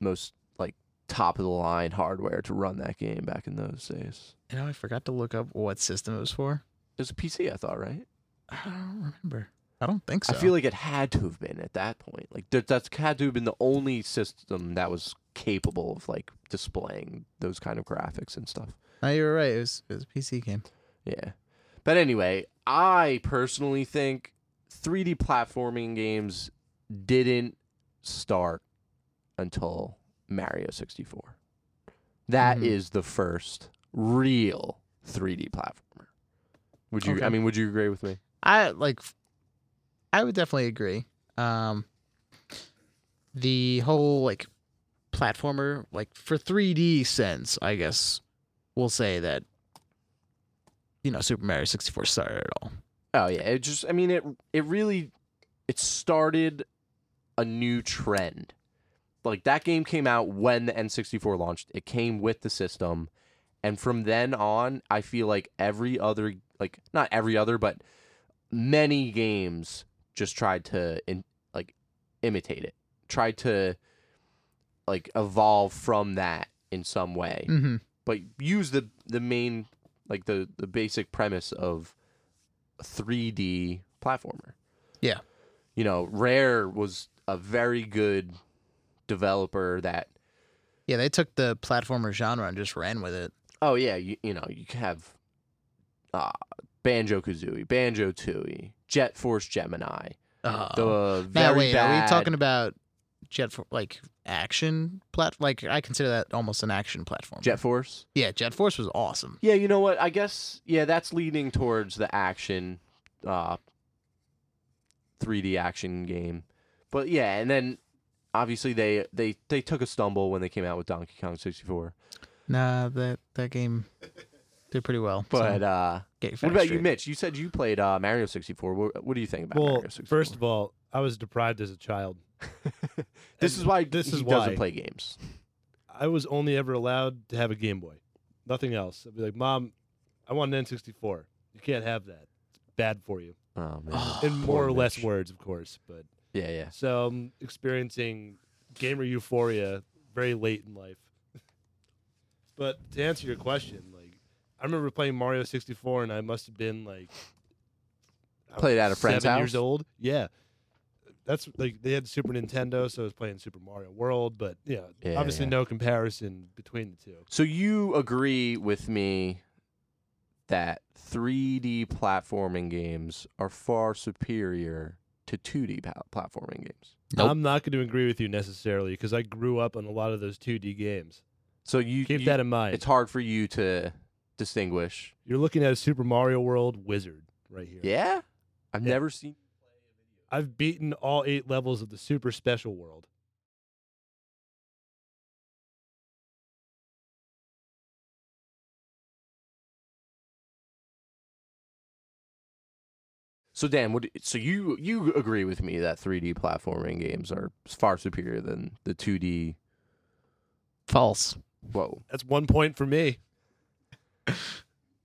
[SPEAKER 1] most like top of the line hardware to run that game back in those days.
[SPEAKER 2] You know, I forgot to look up what system it was for.
[SPEAKER 1] It was a PC, I thought, right?
[SPEAKER 2] I don't remember. I don't think so.
[SPEAKER 1] I feel like it had to have been at that point. Like that, that's had to have been the only system that was capable of like displaying those kind of graphics and stuff.
[SPEAKER 2] No, you were right. It was, it was a PC game.
[SPEAKER 1] Yeah. But anyway, I personally think 3D platforming games didn't start until Mario 64. That is
[SPEAKER 2] Mhm.
[SPEAKER 1] the first real 3D platformer. Would you
[SPEAKER 2] Okay.
[SPEAKER 1] I mean, would you agree with me?
[SPEAKER 2] I like. I would definitely agree. Um, the whole like platformer, like for 3D sense, I guess we'll say that. You know, Super Mario 64 started it all.
[SPEAKER 1] Oh yeah, it just I mean it it really it started a new trend. Like that game came out when the N64 launched. It came with the system and from then on, I feel like every other like not every other but many games just tried to in, like imitate it. Tried to like evolve from that in some way
[SPEAKER 2] Mm-hmm.
[SPEAKER 1] but use the the main like the the basic premise of a 3D platformer.
[SPEAKER 2] Yeah.
[SPEAKER 1] You know, Rare was a very good developer that
[SPEAKER 2] Yeah, they took the platformer genre and just ran with it.
[SPEAKER 1] oh yeah, you, you know, you have uh Banjo-Kazooie, Banjo-Tooie, Jet Force Gemini,
[SPEAKER 2] Uh,
[SPEAKER 1] the very
[SPEAKER 2] now wait,
[SPEAKER 1] bad
[SPEAKER 2] are we talking about jet for, like action plat? Like I consider that almost an action platform.
[SPEAKER 1] Jet Force?
[SPEAKER 2] yeah, Jet Force was awesome.
[SPEAKER 1] Yeah, you know what? I guess yeah, that's leaning towards the action, uh, 3D action game. But yeah, and then obviously they they they took a stumble when they came out with Donkey Kong 64.
[SPEAKER 2] Nah, that that game did pretty well.
[SPEAKER 1] But
[SPEAKER 2] so
[SPEAKER 1] uh,
[SPEAKER 2] get your
[SPEAKER 1] what
[SPEAKER 2] facts
[SPEAKER 1] about you,
[SPEAKER 2] straight.
[SPEAKER 1] Mitch? You said you played uh, Mario 64. What, what do you think about
[SPEAKER 4] Well,
[SPEAKER 1] Mario 64?
[SPEAKER 4] first of all, I was deprived as a child.
[SPEAKER 1] this
[SPEAKER 4] and
[SPEAKER 1] is why
[SPEAKER 4] this
[SPEAKER 1] he
[SPEAKER 4] is
[SPEAKER 1] doesn't
[SPEAKER 4] why.
[SPEAKER 1] play games.
[SPEAKER 4] I was only ever allowed to have a Game Boy, nothing else. I'd be like, Mom, I want an N64. You can't have that. It's bad for you.
[SPEAKER 1] Oh, man.
[SPEAKER 2] Oh,
[SPEAKER 1] <sighs>
[SPEAKER 4] In more
[SPEAKER 1] poor
[SPEAKER 4] or less
[SPEAKER 1] Mitch.
[SPEAKER 4] words, of course. But
[SPEAKER 1] yeah, yeah.
[SPEAKER 4] so I'm experiencing gamer euphoria very late in life. <laughs> but to answer your question, like I remember playing Mario 64, and I must have been like I
[SPEAKER 1] Played
[SPEAKER 4] was
[SPEAKER 1] at a friend's
[SPEAKER 4] seven
[SPEAKER 1] house?
[SPEAKER 4] years old. Yeah, that's like they had Super Nintendo, so I was playing Super Mario World. But yeah,
[SPEAKER 1] Yeah,
[SPEAKER 4] obviously
[SPEAKER 1] yeah.
[SPEAKER 4] no comparison between the two.
[SPEAKER 1] So you agree with me that 3D platforming games are far superior to 2D pa- platforming games.
[SPEAKER 2] Nope.
[SPEAKER 4] I'm not going to agree with you necessarily because I grew up on a lot of those 2D games.
[SPEAKER 1] So you
[SPEAKER 4] Keep
[SPEAKER 1] you-
[SPEAKER 4] that in mind.
[SPEAKER 1] It's hard for you to distinguish.
[SPEAKER 4] You're looking at a Super Mario World wizard right here.
[SPEAKER 1] Yeah, I've
[SPEAKER 4] Yeah.
[SPEAKER 1] never seen.
[SPEAKER 4] I've beaten all eight levels of the super special world.
[SPEAKER 1] So Dan, what? So you you agree with me that 3D platforming games are far superior than the 2D?
[SPEAKER 2] False.
[SPEAKER 1] Whoa!
[SPEAKER 4] That's one point for me.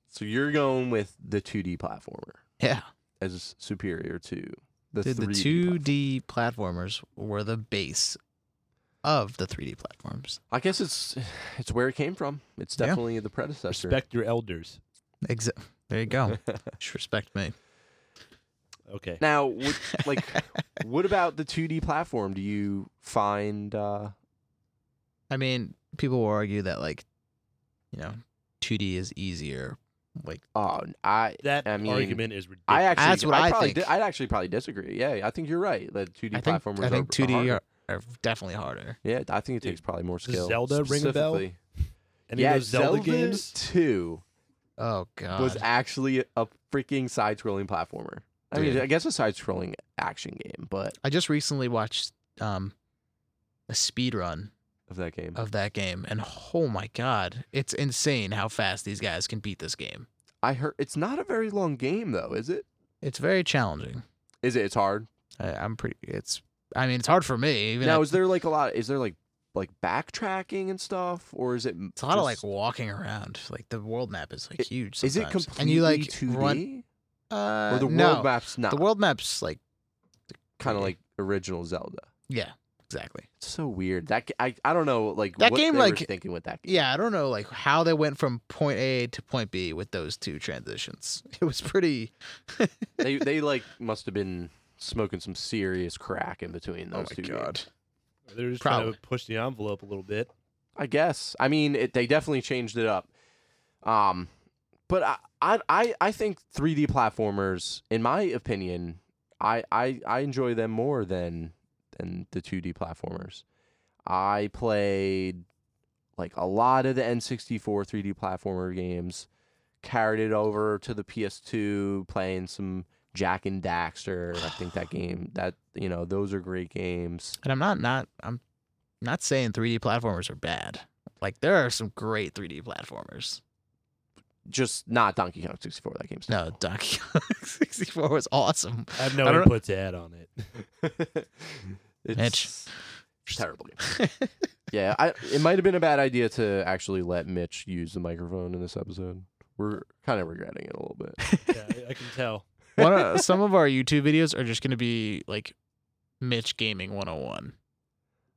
[SPEAKER 1] So you're going with the 2D platformer
[SPEAKER 2] Yeah.
[SPEAKER 1] as superior to the
[SPEAKER 2] Dude, the
[SPEAKER 1] 3D
[SPEAKER 2] 2D platformers were the base of the 3D platforms.
[SPEAKER 1] I guess it's <sighs> it's where it came from. It's
[SPEAKER 2] Yeah.
[SPEAKER 1] definitely the predecessor.
[SPEAKER 4] Respect your elders.
[SPEAKER 2] Exa- there
[SPEAKER 1] <laughs>
[SPEAKER 2] you go.
[SPEAKER 4] <laughs>
[SPEAKER 2] Just respect me.
[SPEAKER 4] Okay.
[SPEAKER 1] Now, what, like,
[SPEAKER 2] <laughs>
[SPEAKER 1] what about the 2D platform? Do you find uh,
[SPEAKER 2] I mean, people will argue that like, you know, 2D is easier. Like,
[SPEAKER 1] Oh, I
[SPEAKER 4] That
[SPEAKER 1] I mean,
[SPEAKER 4] argument is ridiculous.
[SPEAKER 1] I actually
[SPEAKER 2] That's what I
[SPEAKER 1] probably
[SPEAKER 2] think.
[SPEAKER 1] di- I'd actually probably disagree. Yeah, I think you're right. The 2D
[SPEAKER 2] I think
[SPEAKER 1] platformers
[SPEAKER 2] I think
[SPEAKER 1] are, are
[SPEAKER 2] 2D
[SPEAKER 1] harder.
[SPEAKER 2] are, are definitely harder.
[SPEAKER 1] Yeah, I think it
[SPEAKER 4] Dude,
[SPEAKER 1] takes probably more
[SPEAKER 4] does
[SPEAKER 1] skill.
[SPEAKER 4] Zelda ring a bell?
[SPEAKER 1] specifically.
[SPEAKER 4] Any
[SPEAKER 1] yeah,
[SPEAKER 4] of those Zelda, games?
[SPEAKER 1] Two
[SPEAKER 2] Oh god.
[SPEAKER 1] was actually a freaking side-scrolling platformer. I mean,
[SPEAKER 2] Dude.
[SPEAKER 1] I guess a side-scrolling action game, but
[SPEAKER 2] I just recently watched um a speed run
[SPEAKER 1] of that game,
[SPEAKER 2] of that game and oh my god, it's insane how fast these guys can beat this game.
[SPEAKER 1] I heard it's not a very long game though, is it?
[SPEAKER 2] It's very challenging.
[SPEAKER 1] Is it? It's hard.
[SPEAKER 2] I, I'm pretty it's I mean, it's hard for me. Even
[SPEAKER 1] now,
[SPEAKER 2] at-
[SPEAKER 1] is there like a lot? Is there like like backtracking and stuff, or is it?
[SPEAKER 2] it's a lot of like walking around. Like the world map is like
[SPEAKER 1] It-
[SPEAKER 2] huge.
[SPEAKER 1] Is it
[SPEAKER 2] sometimes.
[SPEAKER 1] completely
[SPEAKER 2] and you like
[SPEAKER 1] 2D?
[SPEAKER 2] run? Uh,
[SPEAKER 1] or the
[SPEAKER 2] no.
[SPEAKER 1] world map's not?
[SPEAKER 2] The world map's like
[SPEAKER 1] kind of like original Zelda.
[SPEAKER 2] yeah, exactly.
[SPEAKER 1] It's so weird. That g- I, I don't know like
[SPEAKER 2] That
[SPEAKER 1] what
[SPEAKER 2] game,
[SPEAKER 1] they were
[SPEAKER 2] like-
[SPEAKER 1] thinking with that game.
[SPEAKER 2] Yeah, I don't know like how they went from point A to point B with those two transitions. <laughs> It was pretty. oh
[SPEAKER 1] they
[SPEAKER 2] <laughs>
[SPEAKER 1] they like must have been smoking some serious crack in between
[SPEAKER 2] Oh
[SPEAKER 1] those
[SPEAKER 2] my
[SPEAKER 1] two. games.
[SPEAKER 2] god.
[SPEAKER 4] They're just trying
[SPEAKER 2] Probably.
[SPEAKER 4] to push the envelope a little bit.
[SPEAKER 1] I guess. I mean, it, they definitely changed it up. Um, but I, I I I think 3D platformers, in my opinion, I I, I enjoy them more than than the 2D platformers. I played like a lot of the N64 3D platformer games, carried it over to the PS2, playing some Jack and Daxter. I think that game that you know those are great games.
[SPEAKER 2] And I'm not not I'm not saying 3D platformers are bad. Like there are some great 3D platformers.
[SPEAKER 1] Just not Donkey Kong 64. That game's
[SPEAKER 2] No, Donkey <laughs> Kong 64 was awesome. <laughs>
[SPEAKER 4] I have no
[SPEAKER 2] I don't-
[SPEAKER 4] input to add on it. <laughs>
[SPEAKER 1] <laughs> it's terrible. yeah, I, it might have been a bad idea to actually let Mitch use the microphone in this episode. We're kind of regretting it a little
[SPEAKER 4] <laughs>
[SPEAKER 1] bit.
[SPEAKER 4] yeah, I, I can tell.
[SPEAKER 2] One of, some of our YouTube videos are just going to be like Mitch Gaming 101.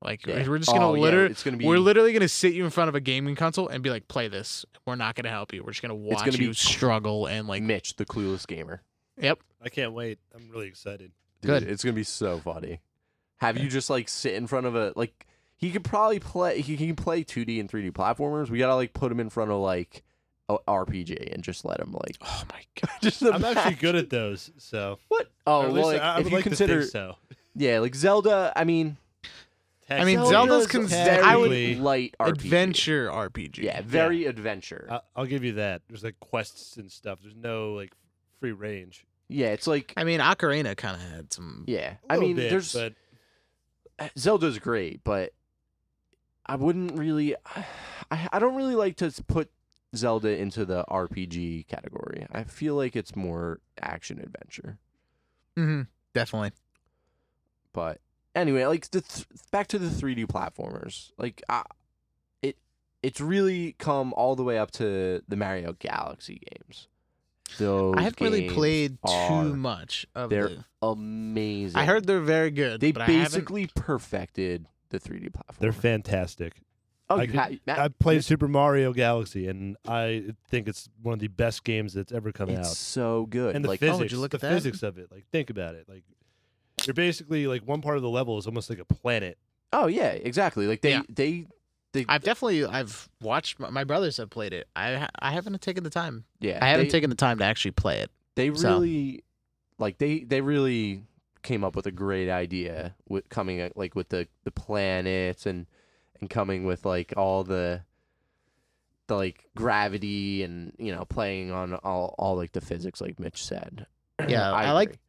[SPEAKER 2] Like
[SPEAKER 1] Yeah.
[SPEAKER 2] we're just going to
[SPEAKER 1] Oh, yeah,
[SPEAKER 2] literally
[SPEAKER 1] it's gonna be
[SPEAKER 2] we're literally going to sit you in front of a gaming console and be like play this. We're not going to help you. We're just going to
[SPEAKER 1] It's
[SPEAKER 2] watch
[SPEAKER 1] gonna be
[SPEAKER 2] you struggle and like
[SPEAKER 1] Mitch, the clueless gamer.
[SPEAKER 2] yep.
[SPEAKER 4] I can't wait. I'm really excited.
[SPEAKER 1] Dude,
[SPEAKER 2] Good.
[SPEAKER 1] It's gonna be so funny. Have you just like sit in front of a like? He could probably play. He can play 2D and 3D platformers. We gotta like put him in front of like a RPG and just let him like. <laughs>
[SPEAKER 2] Oh my god.
[SPEAKER 1] Just
[SPEAKER 4] I'm actually good at those, so.
[SPEAKER 1] what?
[SPEAKER 4] or
[SPEAKER 1] Oh,
[SPEAKER 4] at
[SPEAKER 1] well,
[SPEAKER 4] least
[SPEAKER 1] like,
[SPEAKER 4] I, I
[SPEAKER 1] if
[SPEAKER 4] would
[SPEAKER 1] you
[SPEAKER 4] like to
[SPEAKER 1] consider,
[SPEAKER 4] think so.
[SPEAKER 1] yeah, like Zelda. I mean,
[SPEAKER 2] I mean,
[SPEAKER 4] Technically-
[SPEAKER 2] Zelda's
[SPEAKER 1] con-
[SPEAKER 2] cons-
[SPEAKER 1] very
[SPEAKER 2] I
[SPEAKER 4] would-
[SPEAKER 1] light RPG.
[SPEAKER 2] Adventure RPG.
[SPEAKER 1] Yeah, very adventure.
[SPEAKER 4] I- I'll give you that. There's like quests and stuff. There's no like free range.
[SPEAKER 1] yeah, it's like
[SPEAKER 2] I mean, Ocarina kind of had some
[SPEAKER 1] yeah.
[SPEAKER 4] A
[SPEAKER 1] I
[SPEAKER 4] little
[SPEAKER 1] mean,
[SPEAKER 4] bit,
[SPEAKER 1] there's uh,
[SPEAKER 4] but
[SPEAKER 1] Zelda's great, but I wouldn't really. I I don't really like to s- put Zelda into the RPG category. I feel like it's more action adventure.
[SPEAKER 2] Mm-hmm. Definitely.
[SPEAKER 1] But anyway, like the th- back to the 3D platformers. Like I, it it's really come all the way up to the Mario Galaxy games. Those
[SPEAKER 2] I haven't really
[SPEAKER 1] games
[SPEAKER 2] played
[SPEAKER 1] are
[SPEAKER 2] too much of
[SPEAKER 1] they're
[SPEAKER 2] the.
[SPEAKER 1] amazing.
[SPEAKER 2] I heard they're very good.
[SPEAKER 1] They
[SPEAKER 2] but
[SPEAKER 1] basically perfected the 3D platform.
[SPEAKER 4] they're fantastic.
[SPEAKER 1] oh,
[SPEAKER 4] I
[SPEAKER 1] you
[SPEAKER 4] could-
[SPEAKER 1] ha- Matt,
[SPEAKER 4] I played Super Mario Galaxy, and I think it's one of the best games that's ever come
[SPEAKER 1] it's
[SPEAKER 4] out.
[SPEAKER 1] so good.
[SPEAKER 4] And the
[SPEAKER 1] like,
[SPEAKER 2] Oh, would
[SPEAKER 4] physics,
[SPEAKER 2] you look
[SPEAKER 4] the
[SPEAKER 2] at that?
[SPEAKER 4] physics of it. Like, think about it. Like, you're basically like one part of the level is almost like a planet.
[SPEAKER 1] oh yeah, exactly. Like they
[SPEAKER 2] Yeah.
[SPEAKER 1] they they
[SPEAKER 2] I've definitely I've watched my, my brothers have played it. I ha- I haven't taken the time.
[SPEAKER 1] yeah
[SPEAKER 2] I haven't
[SPEAKER 1] they,
[SPEAKER 2] taken the time to actually play it.
[SPEAKER 1] they
[SPEAKER 2] so.
[SPEAKER 1] really like they they really came up with a great idea with coming at- like with the the planets and and coming with like all the the like gravity and you know playing on all all like the physics like Mitch said. <clears throat>
[SPEAKER 2] Yeah, I like-
[SPEAKER 1] agree.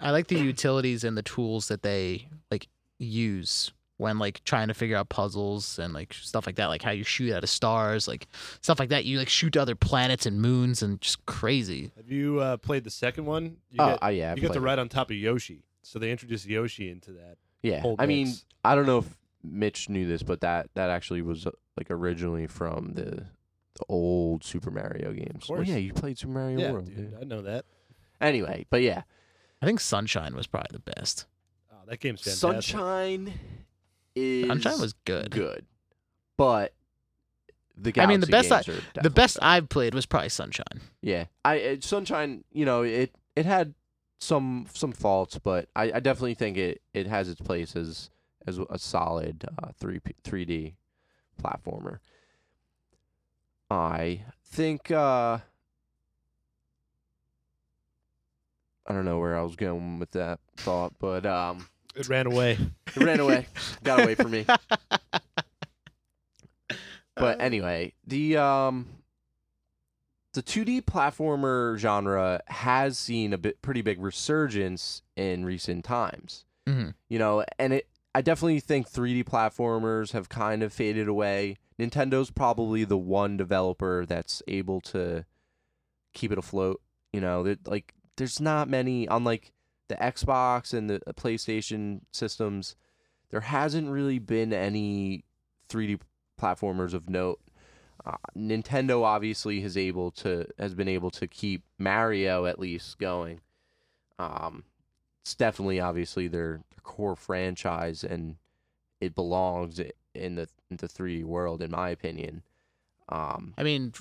[SPEAKER 2] I like the utilities and the tools that they like use when like trying to figure out puzzles and like stuff like that, like how you shoot out of stars, like stuff like that. You like shoot to other planets and moons and just crazy.
[SPEAKER 4] Have you uh, played the second one? You
[SPEAKER 1] Oh,
[SPEAKER 4] got,
[SPEAKER 1] uh, yeah. I
[SPEAKER 4] you got
[SPEAKER 1] played
[SPEAKER 4] the
[SPEAKER 1] it.
[SPEAKER 4] ride on top of Yoshi. So they introduced Yoshi into that.
[SPEAKER 1] Yeah.
[SPEAKER 4] whole
[SPEAKER 1] I mean,
[SPEAKER 4] mix.
[SPEAKER 1] I don't know if Mitch knew this, but that that actually was uh, like originally from the the old Super Mario games. Oh
[SPEAKER 4] course.
[SPEAKER 1] yeah, you played Super Mario
[SPEAKER 4] Yeah,
[SPEAKER 1] World.
[SPEAKER 4] dude,
[SPEAKER 1] yeah.
[SPEAKER 4] I know that.
[SPEAKER 1] Anyway, but yeah,
[SPEAKER 2] I think Sunshine was probably the best.
[SPEAKER 4] Oh, that game's fantastic.
[SPEAKER 1] Sunshine is
[SPEAKER 2] Sunshine was good.
[SPEAKER 1] good, but the
[SPEAKER 2] I mean, the
[SPEAKER 1] Galaxy
[SPEAKER 2] best
[SPEAKER 1] games are
[SPEAKER 2] The
[SPEAKER 1] definitely
[SPEAKER 2] best
[SPEAKER 1] better.
[SPEAKER 2] I've played was probably Sunshine.
[SPEAKER 1] Yeah, I uh, Sunshine. You know, it it had some some faults, but I, I definitely think it it has its place as as a solid uh, three three D platformer. I think uh, I don't know where I was going with that thought, but um,
[SPEAKER 4] It ran away.
[SPEAKER 1] it ran away, got away from me. But anyway, the um the 2D platformer genre has seen a bit pretty big resurgence in recent times.
[SPEAKER 2] Mhm.
[SPEAKER 1] You know, and it I definitely think 3D platformers have kind of faded away. Nintendo's probably the one developer that's able to keep it afloat, you know, that like there's not many unlike the Xbox and the uh, PlayStation systems, there hasn't really been any 3D platformers of note. Uh, Nintendo obviously has able to has been able to keep Mario at least going. Um, it's definitely obviously their, their core franchise, and it belongs i- in the in the 3D world, in my opinion. Um,
[SPEAKER 2] I mean,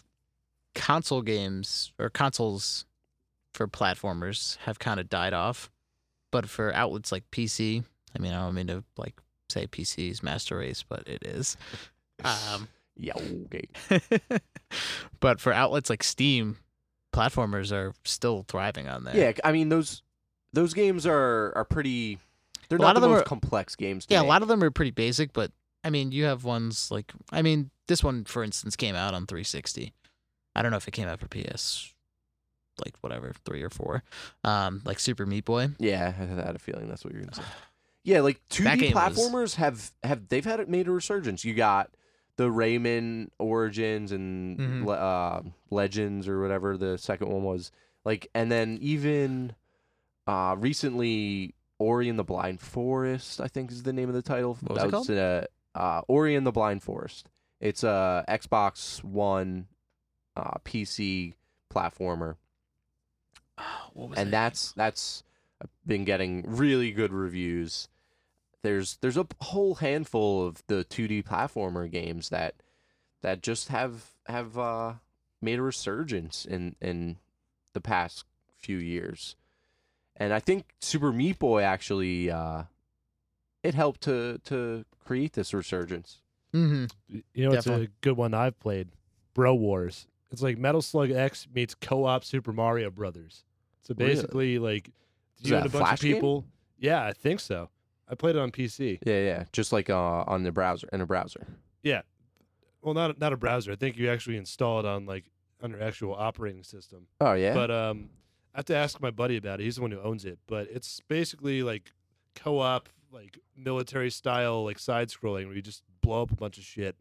[SPEAKER 2] console games or consoles for platformers have kind of died off, but for outlets like PC, I mean, I don't mean to like say PC's master race, but it
[SPEAKER 1] <laughs>
[SPEAKER 2] is. Um, <laughs>
[SPEAKER 1] yeah, okay.
[SPEAKER 2] but for outlets like Steam, platformers are still thriving on there.
[SPEAKER 1] yeah. I mean those those games are are pretty. They're
[SPEAKER 2] A
[SPEAKER 1] not
[SPEAKER 2] lot
[SPEAKER 1] the
[SPEAKER 2] of them
[SPEAKER 1] most
[SPEAKER 2] are-
[SPEAKER 1] complex games. To
[SPEAKER 2] yeah. A lot of them are pretty basic, but I mean, you have ones like I mean, this one for instance came out on 360. I don't know if it came out for PS, like whatever, three or four, um, like Super Meat Boy.
[SPEAKER 1] Yeah, I had a feeling that's what you're gonna
[SPEAKER 2] <sighs>
[SPEAKER 1] say. Yeah, like two
[SPEAKER 2] That
[SPEAKER 1] D
[SPEAKER 2] game was-
[SPEAKER 1] platformers have have they've had it made a resurgence. You got the Rayman Origins and
[SPEAKER 2] Mhm.
[SPEAKER 1] Le- uh, Legends or whatever the second one was. Like, and then even uh, recently, Ori and the Blind Forest, I think is the name of the title.
[SPEAKER 2] What was it called?
[SPEAKER 1] Uh, uh, Ori and the Blind Forest. It's a Xbox One, uh, PC platformer
[SPEAKER 2] <sighs> what was
[SPEAKER 1] and that's that's uh, been getting really good reviews. There's there's a p- whole handful of the 2D platformer games that that just have have uh, made a resurgence in in the past few years, and I think Super Meat Boy actually uh, it helped to to create this resurgence.
[SPEAKER 2] Mm-hmm.
[SPEAKER 4] You know, it's a
[SPEAKER 2] Definitely.
[SPEAKER 4] good one I've played. Bro Wars. It's like Metal Slug X meets co-op Super Mario Brothers. So
[SPEAKER 1] Really?
[SPEAKER 4] basically, like
[SPEAKER 1] Is
[SPEAKER 4] you
[SPEAKER 1] that
[SPEAKER 4] and
[SPEAKER 1] a
[SPEAKER 4] a bunch
[SPEAKER 1] Flash
[SPEAKER 4] of
[SPEAKER 1] game?
[SPEAKER 4] people. Yeah, I think so. I played it on PC.
[SPEAKER 1] Yeah, yeah, just like uh, on the browser in a browser.
[SPEAKER 4] Well, not not a browser. I think you actually install it on like on your actual operating system.
[SPEAKER 1] Oh yeah,
[SPEAKER 4] But um, I have to ask my buddy about it. He's the one who owns it. But it's basically like co-op, like military style, like side scrolling, where you just blow up a bunch of shit.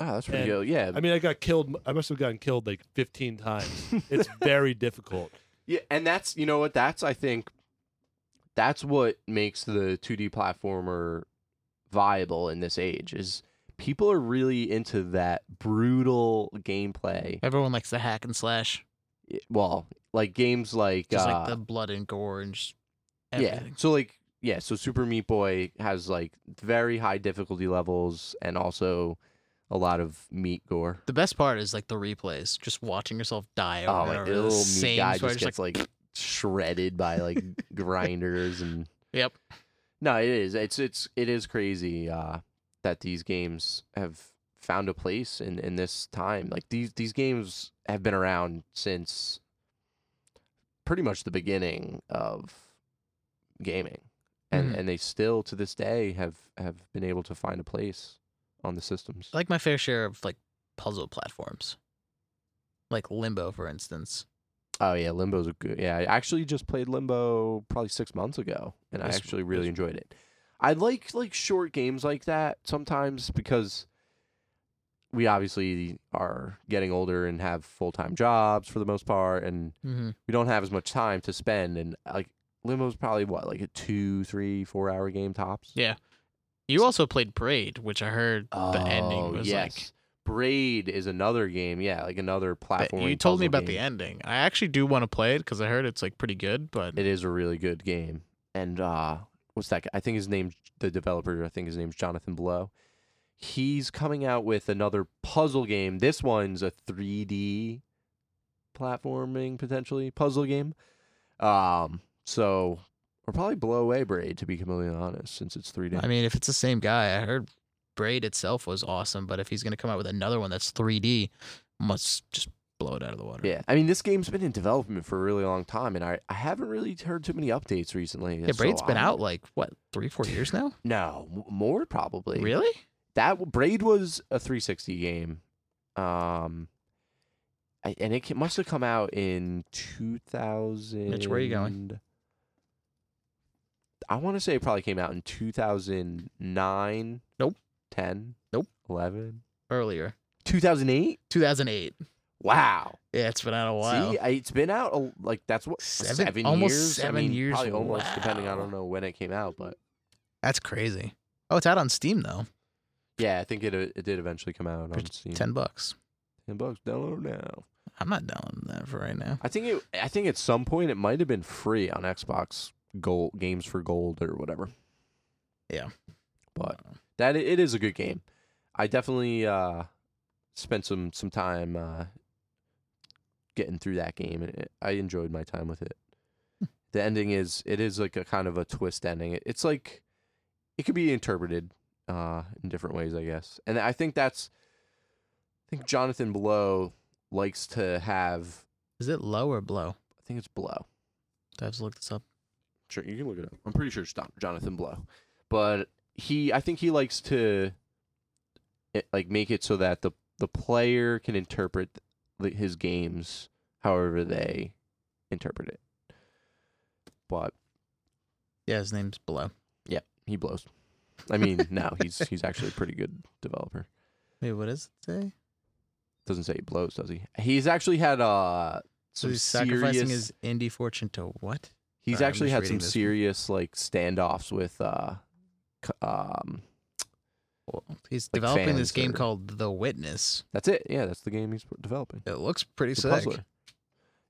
[SPEAKER 1] oh that's pretty
[SPEAKER 4] and-
[SPEAKER 1] good. Yeah,
[SPEAKER 4] I mean, I got killed. I must have gotten killed like 15 times.
[SPEAKER 1] <laughs>
[SPEAKER 4] It's very <laughs> difficult.
[SPEAKER 1] Yeah, and that's you know what that's I think that's what makes the 2D platformer viable in this age is people are really into that brutal gameplay.
[SPEAKER 2] Everyone likes the hack and slash,
[SPEAKER 1] Well, like games like
[SPEAKER 2] just
[SPEAKER 1] uh,
[SPEAKER 2] like the blood and gore and just
[SPEAKER 1] yeah.
[SPEAKER 2] everything.
[SPEAKER 1] So like yeah, so Super Meat Boy has like very high difficulty levels and also a lot of meat gore.
[SPEAKER 2] The best part is like the replays, just watching yourself die over
[SPEAKER 1] Oh,
[SPEAKER 2] and
[SPEAKER 1] like
[SPEAKER 2] over.
[SPEAKER 1] the little
[SPEAKER 2] the
[SPEAKER 1] meat
[SPEAKER 2] same
[SPEAKER 1] guy
[SPEAKER 2] story,
[SPEAKER 1] just gets like, shredded by <laughs> like grinders and
[SPEAKER 2] Yep.
[SPEAKER 1] No, it is. It's it's it is crazy uh, that these games have found a place in, in this time. Like these these games have been around since pretty much the beginning of gaming, and
[SPEAKER 2] Mhm.
[SPEAKER 1] and they still to this day have have been able to find a place on the systems.
[SPEAKER 2] I like my fair share of like puzzle platforms, like Limbo, for instance.
[SPEAKER 1] Oh yeah, Limbo's a good. Yeah, I actually just played Limbo probably six months ago, and I
[SPEAKER 2] It's-
[SPEAKER 1] actually really
[SPEAKER 2] it's-
[SPEAKER 1] enjoyed it. I like like short games like that sometimes because we obviously are getting older and have full time jobs for the most part, and
[SPEAKER 2] Mm-hmm.
[SPEAKER 1] we don't have as much time to spend. And like Limo's probably what like a two, three, four hour game tops.
[SPEAKER 2] Yeah. You also played Braid, which I heard the ending was
[SPEAKER 1] Oh, yes. Braid is another game. Yeah, like another
[SPEAKER 2] like.
[SPEAKER 1] platform.
[SPEAKER 2] You told me about the ending. I actually do want to play it because I heard it's like pretty good, but
[SPEAKER 1] It is a really good game. And uh what's that? guy? I think his name's the developer, I think his name's Jonathan Blow. He's coming out with another puzzle game. This one's a 3D platforming potentially puzzle game. Um so we're probably blow away Braid to be completely honest since it's 3D.
[SPEAKER 2] I mean, if it's the same guy, I heard Braid itself was awesome, but if he's going to come out with another one that's 3D, must just blow it out of the water.
[SPEAKER 1] yeah, I mean this game's been in development for a really long time, and I, I haven't really heard too many updates recently.
[SPEAKER 2] Yeah, Braid's
[SPEAKER 1] so
[SPEAKER 2] been
[SPEAKER 1] I'm-
[SPEAKER 2] out like, what, three, four years now?
[SPEAKER 1] No, m- more probably.
[SPEAKER 2] Really?
[SPEAKER 1] that Braid was a 360 game, um, I, and it ca- must have come out in 2000.
[SPEAKER 2] where are you going?
[SPEAKER 1] I want to say it probably came out in 2009.
[SPEAKER 2] Nope.
[SPEAKER 1] 10.
[SPEAKER 2] Nope.
[SPEAKER 1] 11.
[SPEAKER 2] Earlier.
[SPEAKER 1] 2008.
[SPEAKER 2] 2008.
[SPEAKER 1] Wow.
[SPEAKER 2] Yeah, it's been out a while.
[SPEAKER 1] See, I- it's been out a- like that's what
[SPEAKER 2] Seven-
[SPEAKER 1] seven,
[SPEAKER 2] almost
[SPEAKER 1] years. I
[SPEAKER 2] seven
[SPEAKER 1] mean,
[SPEAKER 2] years.
[SPEAKER 1] Probably almost depending. I
[SPEAKER 2] Wow.
[SPEAKER 1] don't know when it came out, but
[SPEAKER 2] That's crazy. Oh, it's out on Steam though.
[SPEAKER 1] yeah, I think it it did eventually come out on Steam.
[SPEAKER 2] 10 bucks.
[SPEAKER 1] 10 bucks. Download now.
[SPEAKER 2] I'm not downloading that for right now.
[SPEAKER 1] I think it. I think at some point it might have been free on Xbox Gold Games for Gold or whatever.
[SPEAKER 2] Yeah.
[SPEAKER 1] but that it is a good game. I definitely uh, spent some some time uh, getting through that game. and it- I enjoyed my time with it. The ending is it is like a kind of a twist ending. It, it's like it could be interpreted uh, in different ways, I guess. And I think that's I think Jonathan Blow likes to have
[SPEAKER 2] Is it low or blow?
[SPEAKER 1] I think it's Blow.
[SPEAKER 2] I have to look this up.
[SPEAKER 1] Sure, you can look it up. I'm pretty sure it's Don- Jonathan Blow, but he, I think he likes to, it, like, make it so that the the player can interpret the, his games however they interpret it. But
[SPEAKER 2] Yeah, his name's Blow.
[SPEAKER 1] he blows. I <laughs> mean, no, he's he's actually a pretty good developer.
[SPEAKER 2] Wait, what does it say?
[SPEAKER 1] Doesn't say he blows, does he? He's actually had uh
[SPEAKER 2] So
[SPEAKER 1] some
[SPEAKER 2] he's sacrificing
[SPEAKER 1] serious-
[SPEAKER 2] his indie fortune to what?
[SPEAKER 1] He's
[SPEAKER 2] Sorry, I'm
[SPEAKER 1] actually
[SPEAKER 2] just
[SPEAKER 1] had
[SPEAKER 2] reading
[SPEAKER 1] some
[SPEAKER 2] this.
[SPEAKER 1] serious like standoffs with uh, c- um.
[SPEAKER 2] Well, he's
[SPEAKER 1] Like
[SPEAKER 2] developing this
[SPEAKER 1] fans
[SPEAKER 2] game
[SPEAKER 1] or-
[SPEAKER 2] called The Witness.
[SPEAKER 1] That's it. Yeah, that's the game he's developing.
[SPEAKER 2] It looks pretty
[SPEAKER 1] The
[SPEAKER 2] sick.
[SPEAKER 1] Puzzler.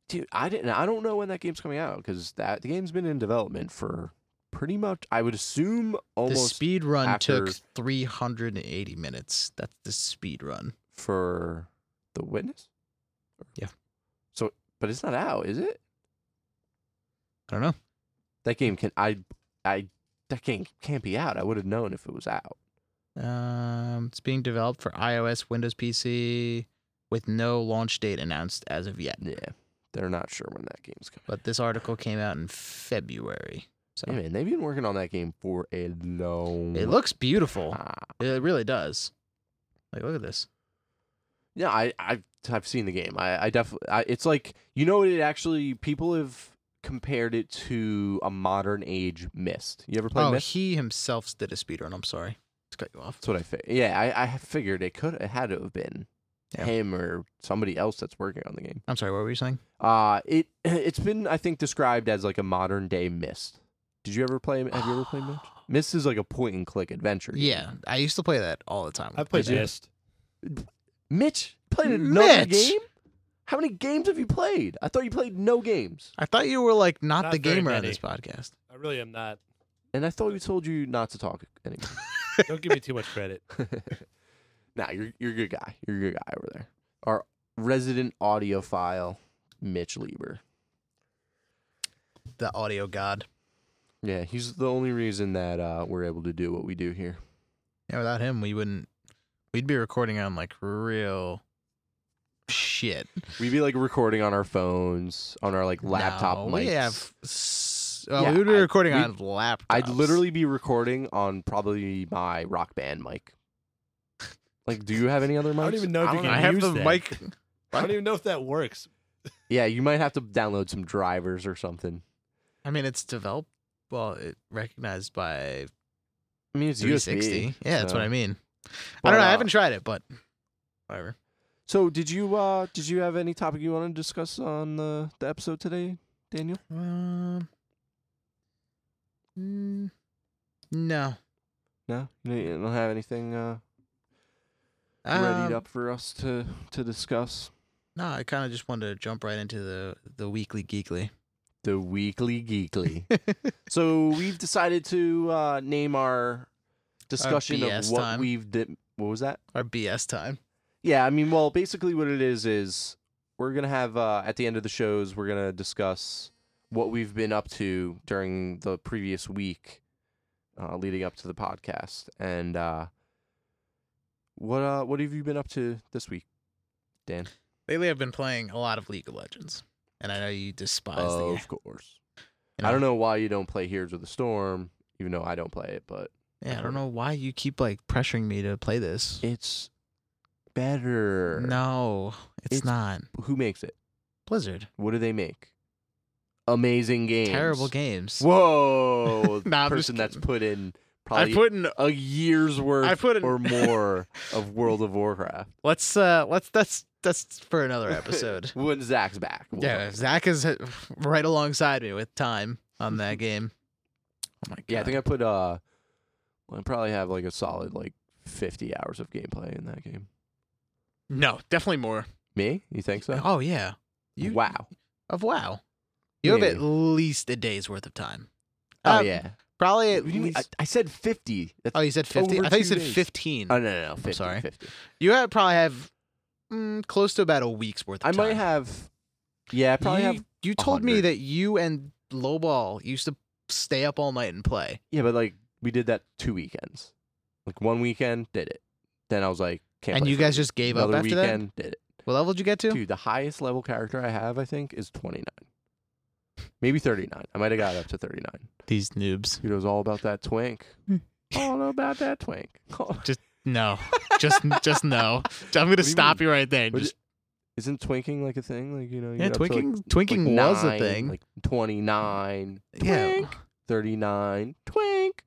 [SPEAKER 1] Dude, I didn't. I don't know when that game's coming out because that the game's been in development for pretty much. I would assume
[SPEAKER 2] The
[SPEAKER 1] almost
[SPEAKER 2] speed run took
[SPEAKER 1] after-
[SPEAKER 2] 380 minutes. That's the speed run.
[SPEAKER 1] for the witness.
[SPEAKER 2] Yeah.
[SPEAKER 1] So, but it's not out, is it?
[SPEAKER 2] I don't know.
[SPEAKER 1] That game can I, I that game can't be out. I would have known if it was out.
[SPEAKER 2] Um, it's being developed for iOS, Windows PC, with no launch date announced as of yet.
[SPEAKER 1] Yeah, they're not sure when that game's coming.
[SPEAKER 2] But this article came out in February. So
[SPEAKER 1] Yeah, man, they've been working on that game for a Ah. long.
[SPEAKER 2] it looks beautiful.
[SPEAKER 1] time.
[SPEAKER 2] It really does. Like, look at this.
[SPEAKER 1] Yeah, I, I've I've seen the game. I, I definitely. I, it's like you know, it actually people have compared it to a modern age Mist. You ever play
[SPEAKER 2] oh,
[SPEAKER 1] Mist?
[SPEAKER 2] he himself did a speedrun. I'm sorry to cut you off.
[SPEAKER 1] That's what I figured. Yeah, I, I figured it could it had to have been
[SPEAKER 2] Yeah.
[SPEAKER 1] him or somebody else that's working on the game.
[SPEAKER 2] I'm sorry. What were you saying?
[SPEAKER 1] Uh it <clears throat> it's been I think described as like a modern day Mist. Did you ever play? Have you ever played
[SPEAKER 2] <sighs>
[SPEAKER 1] Mist? Mist is like a point and click adventure. game.
[SPEAKER 2] Yeah, I used to play that all the time.
[SPEAKER 4] I played
[SPEAKER 2] Yeah.
[SPEAKER 4] Mist.
[SPEAKER 1] Mitch played another
[SPEAKER 2] Mitch!
[SPEAKER 1] game. How many games have you played? I thought you played no games.
[SPEAKER 2] I thought you were like not,
[SPEAKER 4] Not
[SPEAKER 2] the
[SPEAKER 4] very
[SPEAKER 2] gamer on
[SPEAKER 4] many.
[SPEAKER 2] this podcast.
[SPEAKER 4] I really am not.
[SPEAKER 1] And I thought we told you not to talk anymore. <laughs>
[SPEAKER 4] Don't give me too much credit.
[SPEAKER 1] nah, you're you're a good guy. You're a good guy over there. Our resident audiophile, Mitch Lieber.
[SPEAKER 2] The audio god.
[SPEAKER 1] Yeah, he's the only reason that uh, we're able to do what we do here.
[SPEAKER 2] Yeah, without him, we wouldn't. We'd be recording on like real shit.
[SPEAKER 1] We'd be like recording on our phones, on our like laptop
[SPEAKER 2] No,
[SPEAKER 1] mics.
[SPEAKER 2] We have. s- Well,
[SPEAKER 1] Yeah,
[SPEAKER 2] we would be
[SPEAKER 1] I-
[SPEAKER 2] recording
[SPEAKER 1] we-
[SPEAKER 2] on laptops.
[SPEAKER 1] I'd literally be recording on probably my rock band mic. Like, do you have any <laughs> other mics?
[SPEAKER 4] I don't even know if you can
[SPEAKER 2] I have
[SPEAKER 4] use
[SPEAKER 2] the
[SPEAKER 4] that.
[SPEAKER 2] mic.
[SPEAKER 4] <laughs> I don't even know if that works.
[SPEAKER 1] Yeah, you might have to download some drivers or something.
[SPEAKER 2] I mean, it's developed. Well, it recognized by
[SPEAKER 1] I mean, it's USB.
[SPEAKER 2] 360. Yeah, that's what
[SPEAKER 1] so-
[SPEAKER 2] I mean.
[SPEAKER 1] But,
[SPEAKER 2] I don't know.
[SPEAKER 1] uh,
[SPEAKER 2] I haven't tried it, but whatever.
[SPEAKER 1] So, did you uh did you have any topic you want to discuss on the the episode today, Daniel?
[SPEAKER 2] Um, mm, no.
[SPEAKER 1] No, you don't- you don't have anything uh
[SPEAKER 2] Um,
[SPEAKER 1] readied up for us to to discuss.
[SPEAKER 2] No, I kind of just wanted to jump right into the the weekly geekly.
[SPEAKER 1] The weekly geekly. <laughs> so we've decided to uh name our discussion of
[SPEAKER 2] BS
[SPEAKER 1] what
[SPEAKER 2] time.
[SPEAKER 1] we've did. What was that?
[SPEAKER 2] Our BS time.
[SPEAKER 1] Yeah, I mean, well, basically what it is is we're gonna have uh, at the end of the shows we're gonna discuss what we've been up to during the previous week uh, leading up to the podcast, and uh, what uh, what have you been up to this week?
[SPEAKER 2] Lately, I've been playing a lot of League of Legends, and I know you despise the game.
[SPEAKER 1] course. Oh, I don't know why you don't play Heroes of the Storm, even though I don't play it, but
[SPEAKER 2] Yeah, I don't know why you keep like pressuring me to play this.
[SPEAKER 1] it's better.
[SPEAKER 2] No, it's,
[SPEAKER 1] It's-
[SPEAKER 2] not
[SPEAKER 1] Who makes it?
[SPEAKER 2] Blizzard.
[SPEAKER 1] What do they make? Amazing games.
[SPEAKER 2] Terrible games.
[SPEAKER 1] Whoa,
[SPEAKER 2] Nah, I'm just
[SPEAKER 1] person that's
[SPEAKER 2] kidding.
[SPEAKER 1] put in
[SPEAKER 2] I
[SPEAKER 1] probably
[SPEAKER 2] put in.
[SPEAKER 1] a year's worth
[SPEAKER 2] I put in- <laughs>
[SPEAKER 1] or more of World of Warcraft
[SPEAKER 2] Let's uh, let's that's that's for
[SPEAKER 1] <laughs>
[SPEAKER 2] another episode.
[SPEAKER 1] when Zach's back. we'll
[SPEAKER 2] yeah,
[SPEAKER 1] talk.
[SPEAKER 2] Zach is uh, right alongside me with time
[SPEAKER 1] <laughs>
[SPEAKER 2] on that game. Oh my god.
[SPEAKER 1] yeah. I think I put uh, I probably have like a solid like fifty hours of gameplay in that game.
[SPEAKER 2] no, definitely more.
[SPEAKER 1] Me? You think so?
[SPEAKER 2] Oh yeah. You
[SPEAKER 1] wow.
[SPEAKER 2] of wow. You have
[SPEAKER 1] Maybe.
[SPEAKER 2] at least a day's worth of time.
[SPEAKER 1] Oh
[SPEAKER 2] Um,
[SPEAKER 1] yeah.
[SPEAKER 2] Probably
[SPEAKER 1] What
[SPEAKER 2] at
[SPEAKER 1] do you mean?
[SPEAKER 2] least.
[SPEAKER 1] I, I said fifty. That's,
[SPEAKER 2] oh, you said fifty.
[SPEAKER 1] over
[SPEAKER 2] I thought you
[SPEAKER 1] two
[SPEAKER 2] said
[SPEAKER 1] days.
[SPEAKER 2] fifteen.
[SPEAKER 1] oh no no no. 50,
[SPEAKER 2] sorry.
[SPEAKER 1] 50.
[SPEAKER 2] you have, probably have mm, close to about a week's worth. of
[SPEAKER 1] I might
[SPEAKER 2] time.
[SPEAKER 1] have. Yeah, I probably
[SPEAKER 2] you,
[SPEAKER 1] have.
[SPEAKER 2] You told me
[SPEAKER 1] 100.
[SPEAKER 2] that you and Lowball used to stay up all night and play.
[SPEAKER 1] Yeah, but like we did that two weekends. Like one weekend did it. Then I was like, can't.
[SPEAKER 2] and
[SPEAKER 1] play
[SPEAKER 2] you
[SPEAKER 1] for a
[SPEAKER 2] guys
[SPEAKER 1] week.
[SPEAKER 2] just gave
[SPEAKER 1] another
[SPEAKER 2] up after that.
[SPEAKER 1] weekend did it.
[SPEAKER 2] What level did you get to?
[SPEAKER 1] Dude, the highest level character I have, I think, is 29. Maybe 39. I might have got up to 39.
[SPEAKER 2] These noobs.
[SPEAKER 1] Dude, it was all about that twink.
[SPEAKER 2] Hmm.
[SPEAKER 1] all about that twink. <laughs> Oh.
[SPEAKER 2] No, <laughs> just just no. <laughs> I'm gonna
[SPEAKER 1] do you
[SPEAKER 2] stop you right there. and
[SPEAKER 1] What
[SPEAKER 2] Just,
[SPEAKER 1] Isn't twinking like a thing? Like, you know, you
[SPEAKER 2] yeah,
[SPEAKER 1] get up to, like-
[SPEAKER 2] twinking twinking
[SPEAKER 1] like
[SPEAKER 2] was
[SPEAKER 1] nine,
[SPEAKER 2] a thing.
[SPEAKER 1] Like 29,
[SPEAKER 2] yeah,
[SPEAKER 1] twink. 39, twink.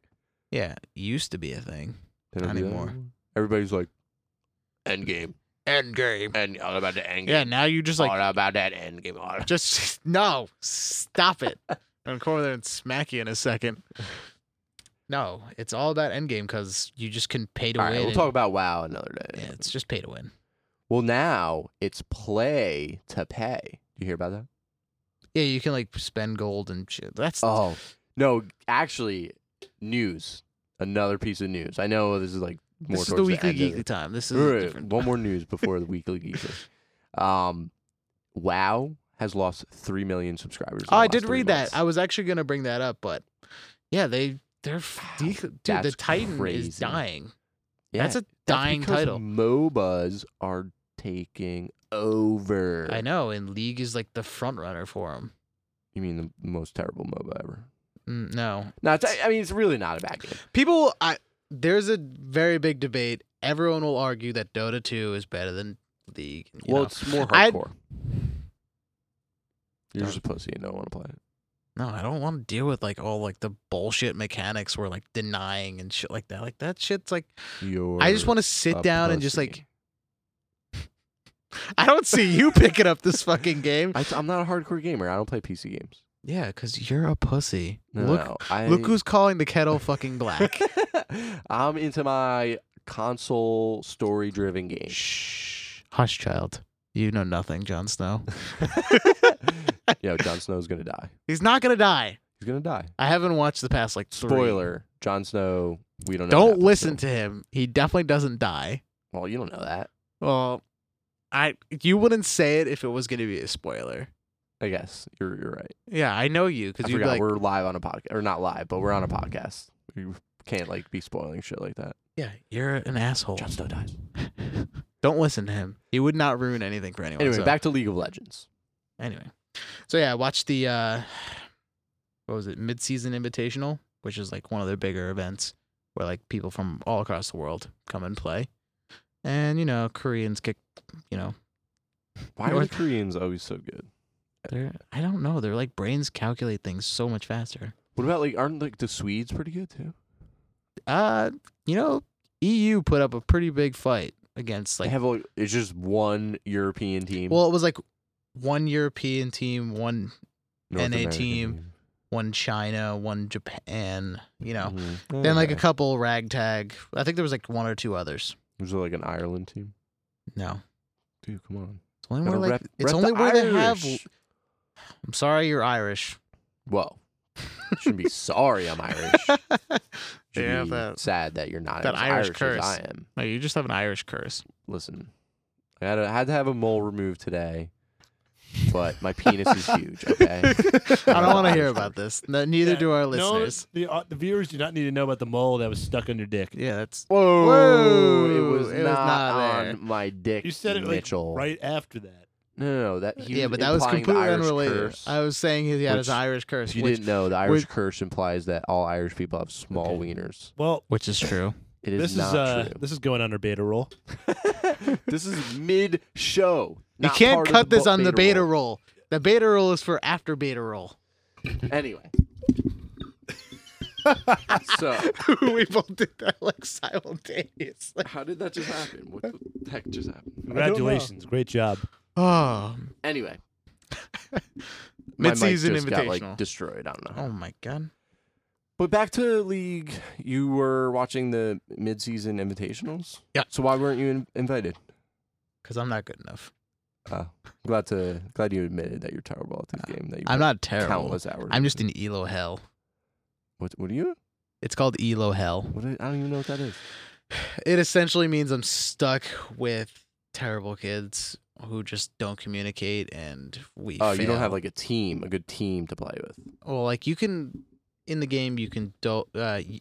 [SPEAKER 2] yeah, used to be a thing.
[SPEAKER 1] They don't
[SPEAKER 2] Not
[SPEAKER 1] do that
[SPEAKER 2] anymore.
[SPEAKER 1] Everybody's like, end game.
[SPEAKER 2] End game.
[SPEAKER 1] And all about the end game.
[SPEAKER 2] Yeah, now you just like
[SPEAKER 1] all about that end game. All about-
[SPEAKER 2] Just <laughs> no, stop it. I'm gonna come over there and smack you in a second. <laughs> No, it's all about endgame because you just can pay to
[SPEAKER 1] All right,
[SPEAKER 2] win.
[SPEAKER 1] we'll
[SPEAKER 2] and-
[SPEAKER 1] talk about WoW another day.
[SPEAKER 2] yeah, it's just pay to win.
[SPEAKER 1] Well, now it's play to pay. You hear about that?
[SPEAKER 2] Yeah, you can like spend gold and shit. That's
[SPEAKER 1] Oh no! Actually, news. Another piece of news. I know this is like more
[SPEAKER 2] this is
[SPEAKER 1] towards
[SPEAKER 2] the weekly
[SPEAKER 1] end of
[SPEAKER 2] geekly
[SPEAKER 1] it.
[SPEAKER 2] time. This is
[SPEAKER 1] Wait, wait,
[SPEAKER 2] different.
[SPEAKER 1] One
[SPEAKER 2] <laughs>
[SPEAKER 1] more news before the weekly geekly. Um, WoW has lost three million subscribers. in
[SPEAKER 2] Oh,
[SPEAKER 1] the
[SPEAKER 2] I
[SPEAKER 1] last
[SPEAKER 2] did
[SPEAKER 1] three
[SPEAKER 2] read
[SPEAKER 1] months.
[SPEAKER 2] that. I was actually gonna bring that up, but yeah, they they're <sighs> f-
[SPEAKER 1] Wow,
[SPEAKER 2] de- dude. The
[SPEAKER 1] that's
[SPEAKER 2] Titan
[SPEAKER 1] crazy.
[SPEAKER 2] is dying.
[SPEAKER 1] Yeah,
[SPEAKER 2] That's a
[SPEAKER 1] that's
[SPEAKER 2] dying
[SPEAKER 1] because
[SPEAKER 2] title.
[SPEAKER 1] MOBAs are taking over.
[SPEAKER 2] I know, and League is like the front runner for him.
[SPEAKER 1] You mean the most terrible MOBA ever?
[SPEAKER 2] Mm, no,
[SPEAKER 1] No, it's, I mean it's really not a bad game.
[SPEAKER 2] People, I there's a very big debate. Everyone will argue that Dota 2 is better than League. you
[SPEAKER 1] well,
[SPEAKER 2] know.
[SPEAKER 1] it's more
[SPEAKER 2] I-
[SPEAKER 1] hardcore. You're
[SPEAKER 2] Don't-
[SPEAKER 1] just a pussy and don't want to play it.
[SPEAKER 2] no, I don't want to deal with like all like the bullshit mechanics where like denying and shit like that. Like that shit's like
[SPEAKER 1] You're
[SPEAKER 2] I just want to sit
[SPEAKER 1] a
[SPEAKER 2] down and just
[SPEAKER 1] pussy.
[SPEAKER 2] like. <laughs> I don't see you picking up this fucking game.
[SPEAKER 1] I, am not a hardcore gamer. I don't play PC games.
[SPEAKER 2] Yeah, because you're a pussy.
[SPEAKER 1] No,
[SPEAKER 2] look,
[SPEAKER 1] no, I,
[SPEAKER 2] look who's calling the kettle
[SPEAKER 1] <laughs>
[SPEAKER 2] fucking black.
[SPEAKER 1] I'm into my console story-driven games.
[SPEAKER 2] Shh, hush, child. You know nothing, Jon Snow.
[SPEAKER 1] <laughs>
[SPEAKER 2] <laughs>
[SPEAKER 1] Yo, Jon Snow's gonna die.
[SPEAKER 2] He's not gonna die.
[SPEAKER 1] He's gonna die.
[SPEAKER 2] I haven't watched the past like three.
[SPEAKER 1] Spoiler: Jon Snow. We don't know. what
[SPEAKER 2] Don't
[SPEAKER 1] happens
[SPEAKER 2] listen
[SPEAKER 1] him.
[SPEAKER 2] to him. He definitely doesn't die.
[SPEAKER 1] Well, you don't know that.
[SPEAKER 2] Well, I you wouldn't say it if it was going to be a spoiler.
[SPEAKER 1] I guess you're you're right.
[SPEAKER 2] Yeah, I know you
[SPEAKER 1] I
[SPEAKER 2] because you'd be
[SPEAKER 1] forgot
[SPEAKER 2] like,
[SPEAKER 1] we're live on a podcast, or not live, but we're on a podcast. You can't like be spoiling shit like that.
[SPEAKER 2] yeah, you're an asshole.
[SPEAKER 1] Jon Snow dies.
[SPEAKER 2] <laughs> Don't listen to him. He would not ruin anything for anyone.
[SPEAKER 1] Anyway,
[SPEAKER 2] so,
[SPEAKER 1] back to League of Legends.
[SPEAKER 2] Anyway, so yeah, I watched the uh, what was it, mid-season invitational, which is like one of their bigger events where like people from all across the world come and play, and you know Koreans kick, you know
[SPEAKER 1] Why are
[SPEAKER 2] North-
[SPEAKER 1] the Koreans always so good?
[SPEAKER 2] They're I don't know. They're like brains calculate things so much faster.
[SPEAKER 1] What about like aren't like the Swedes pretty good too?
[SPEAKER 2] uh, you know, EU put up a pretty big fight against
[SPEAKER 1] They
[SPEAKER 2] like.
[SPEAKER 1] have like, it's just one European team.
[SPEAKER 2] well, it was like one European team, one
[SPEAKER 1] North
[SPEAKER 2] NA
[SPEAKER 1] American
[SPEAKER 2] team, one China, one Japan. You know,
[SPEAKER 1] Mhm.
[SPEAKER 2] then like a
[SPEAKER 1] Okay.
[SPEAKER 2] couple ragtag. I think there was like one or two others.
[SPEAKER 1] was there like an Ireland team?
[SPEAKER 2] No,
[SPEAKER 1] Dude, come on.
[SPEAKER 2] it's only where
[SPEAKER 1] Gotta
[SPEAKER 2] like
[SPEAKER 1] rep-
[SPEAKER 2] it's
[SPEAKER 1] rep
[SPEAKER 2] only
[SPEAKER 1] the
[SPEAKER 2] where they have.
[SPEAKER 1] Irish.
[SPEAKER 2] I'm sorry, you're <laughs> Irish.
[SPEAKER 1] Whoa. Shouldn't be sorry I'm
[SPEAKER 2] <laughs>
[SPEAKER 1] Irish. Should
[SPEAKER 2] yeah,
[SPEAKER 1] be
[SPEAKER 2] that,
[SPEAKER 1] sad that you're not
[SPEAKER 2] that
[SPEAKER 1] as
[SPEAKER 2] Irish
[SPEAKER 1] as
[SPEAKER 2] curse.
[SPEAKER 1] I am.
[SPEAKER 2] no, you just have an Irish curse.
[SPEAKER 1] Listen, I had, a, had to have a mole removed today, but my penis is huge. Okay.
[SPEAKER 2] <laughs> <laughs> I don't want to hear about this. No, neither
[SPEAKER 4] Yeah,
[SPEAKER 2] do our
[SPEAKER 4] No,
[SPEAKER 2] listeners.
[SPEAKER 4] the, uh, the viewers do not need to know about the mole that was stuck on your dick.
[SPEAKER 2] Yeah, that's
[SPEAKER 1] Whoa!
[SPEAKER 2] Whoa,
[SPEAKER 1] it was
[SPEAKER 2] it was
[SPEAKER 1] not,
[SPEAKER 2] not there.
[SPEAKER 1] on my dick.
[SPEAKER 4] You said it like,
[SPEAKER 1] Mitchell.
[SPEAKER 4] right after that.
[SPEAKER 1] No, no, no, that he
[SPEAKER 2] yeah,
[SPEAKER 1] was
[SPEAKER 2] but that was
[SPEAKER 1] implying the
[SPEAKER 2] completely
[SPEAKER 1] Irish
[SPEAKER 2] unrelated.
[SPEAKER 1] curse.
[SPEAKER 2] I was saying he had his
[SPEAKER 1] which-
[SPEAKER 2] Irish curse,
[SPEAKER 1] If you
[SPEAKER 2] which,
[SPEAKER 1] didn't know, the Irish
[SPEAKER 2] which-
[SPEAKER 1] curse implies that all Irish people have small wieners.
[SPEAKER 4] Well,
[SPEAKER 2] which is true.
[SPEAKER 1] It is
[SPEAKER 4] this is
[SPEAKER 1] not <laughs>
[SPEAKER 4] uh,
[SPEAKER 1] true.
[SPEAKER 4] this is going under beta roll.
[SPEAKER 1] This is mid show.
[SPEAKER 2] You can't cut this on the beta roll. The beta roll is for after beta roll. <laughs>
[SPEAKER 1] <laughs> Anyway. so,
[SPEAKER 2] we both did that
[SPEAKER 1] <sighs>
[SPEAKER 2] like simultaneously.
[SPEAKER 1] how did that just happen? What the heck just happened?
[SPEAKER 4] Congratulations, great job.
[SPEAKER 2] Oh,
[SPEAKER 1] Anyway. My mic
[SPEAKER 2] Mid-season
[SPEAKER 1] just got, like
[SPEAKER 2] invitational.
[SPEAKER 1] destroyed. I don't know.
[SPEAKER 2] oh my god.
[SPEAKER 1] But back to league. You were watching the mid-season invitationals.
[SPEAKER 2] Yeah.
[SPEAKER 1] So why weren't you in- invited?
[SPEAKER 2] Because I'm not good enough.
[SPEAKER 1] Glad to glad you admitted that you're terrible at this game. That you
[SPEAKER 2] Uh, I'm
[SPEAKER 1] put
[SPEAKER 2] not terrible.
[SPEAKER 1] countless hours.
[SPEAKER 2] I'm
[SPEAKER 1] in.
[SPEAKER 2] just in Elo hell.
[SPEAKER 1] What? What are you?
[SPEAKER 2] It's called Elo hell.
[SPEAKER 1] What? Are, I don't even know what that is.
[SPEAKER 2] It essentially means I'm stuck with terrible kids who just don't communicate and we.
[SPEAKER 1] Oh, you don't
[SPEAKER 2] fail.
[SPEAKER 1] have like a team, a good team to play with.
[SPEAKER 2] Well, like you can in the game you can do uh <laughs> y-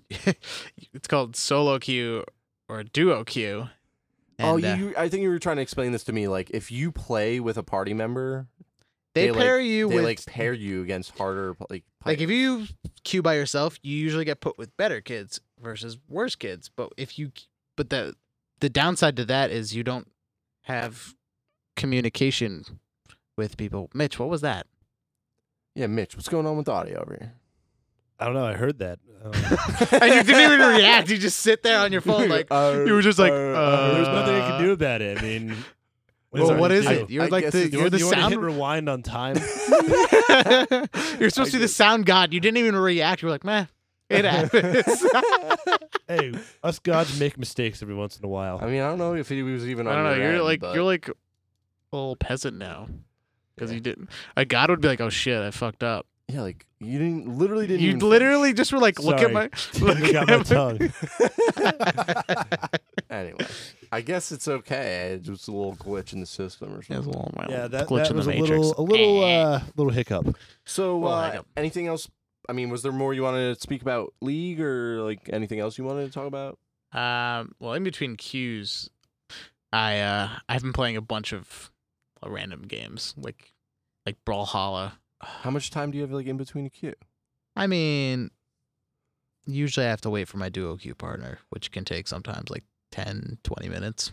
[SPEAKER 2] it's called solo queue or duo queue.
[SPEAKER 1] oh,
[SPEAKER 2] And, uh,
[SPEAKER 1] you, you. I think you were trying to explain this to me. Like, if you play with a party member,
[SPEAKER 2] they,
[SPEAKER 1] they,
[SPEAKER 2] pair you
[SPEAKER 1] they
[SPEAKER 2] with
[SPEAKER 1] like pair you against harder like.
[SPEAKER 2] like if you queue by yourself, you usually get put with better kids versus worse kids. But if you but the the downside to that is you don't have communication with people. Mitch, what was that?
[SPEAKER 1] yeah, Mitch, what's going on with the audio over here?
[SPEAKER 4] I don't know. I heard that. Um,
[SPEAKER 2] <laughs> And you didn't even react. You just sit there on your <laughs>
[SPEAKER 1] <laughs>
[SPEAKER 2] phone like
[SPEAKER 1] uh,
[SPEAKER 2] you were just like, uh,
[SPEAKER 4] there's nothing you can do about it.
[SPEAKER 2] <laughs>
[SPEAKER 4] I mean,
[SPEAKER 2] well,
[SPEAKER 4] there
[SPEAKER 2] what
[SPEAKER 4] to
[SPEAKER 2] is
[SPEAKER 4] do?
[SPEAKER 2] it? You're
[SPEAKER 1] I
[SPEAKER 2] like
[SPEAKER 1] guess
[SPEAKER 2] the
[SPEAKER 1] it's-
[SPEAKER 2] you're the
[SPEAKER 4] you wanna
[SPEAKER 2] sound
[SPEAKER 4] hit rewind
[SPEAKER 2] <laughs>
[SPEAKER 4] on time.
[SPEAKER 1] Uh,
[SPEAKER 2] You're supposed to be the
[SPEAKER 1] guess-
[SPEAKER 2] sound god. You didn't even react. You were like, meh, <laughs>
[SPEAKER 1] <laughs>
[SPEAKER 2] it happens. <laughs>
[SPEAKER 4] hey, us gods make mistakes every once in a while.
[SPEAKER 1] I mean, I don't know if he was even.
[SPEAKER 2] I
[SPEAKER 1] on
[SPEAKER 2] don't know.
[SPEAKER 1] your
[SPEAKER 2] You're
[SPEAKER 1] end,
[SPEAKER 2] like
[SPEAKER 1] but-
[SPEAKER 2] you're like a little peasant now because you didn't. A god would be like, oh shit, I fucked up.
[SPEAKER 1] yeah, like you didn't literally didn't.
[SPEAKER 2] You
[SPEAKER 1] even finish.
[SPEAKER 2] literally just were like, look at
[SPEAKER 4] Sorry.
[SPEAKER 2] my <laughs>
[SPEAKER 4] Look <laughs>
[SPEAKER 2] look at
[SPEAKER 4] at my
[SPEAKER 2] my
[SPEAKER 4] tongue.
[SPEAKER 1] <laughs> Anyway, I guess it's okay. It's just a little glitch in the system or
[SPEAKER 2] It was a
[SPEAKER 1] something.
[SPEAKER 2] little- well,
[SPEAKER 4] Yeah, that,
[SPEAKER 2] glitch
[SPEAKER 4] that
[SPEAKER 2] in
[SPEAKER 4] was
[SPEAKER 2] the
[SPEAKER 4] a
[SPEAKER 2] matrix. Eh.
[SPEAKER 4] little, a little, uh, little hiccup.
[SPEAKER 1] So,
[SPEAKER 2] Well, hang
[SPEAKER 1] uh,
[SPEAKER 2] up.
[SPEAKER 1] anything else? I mean, was there more you wanted to speak about league or like anything else you wanted to talk about?
[SPEAKER 2] Um, well, in between cues, I uh, I've been playing a bunch of uh, random games like like Brawlhalla.
[SPEAKER 1] How much time do you have like in between a queue?
[SPEAKER 2] I mean, usually I have to wait for my duo queue partner, which can take sometimes like 10, 20 minutes.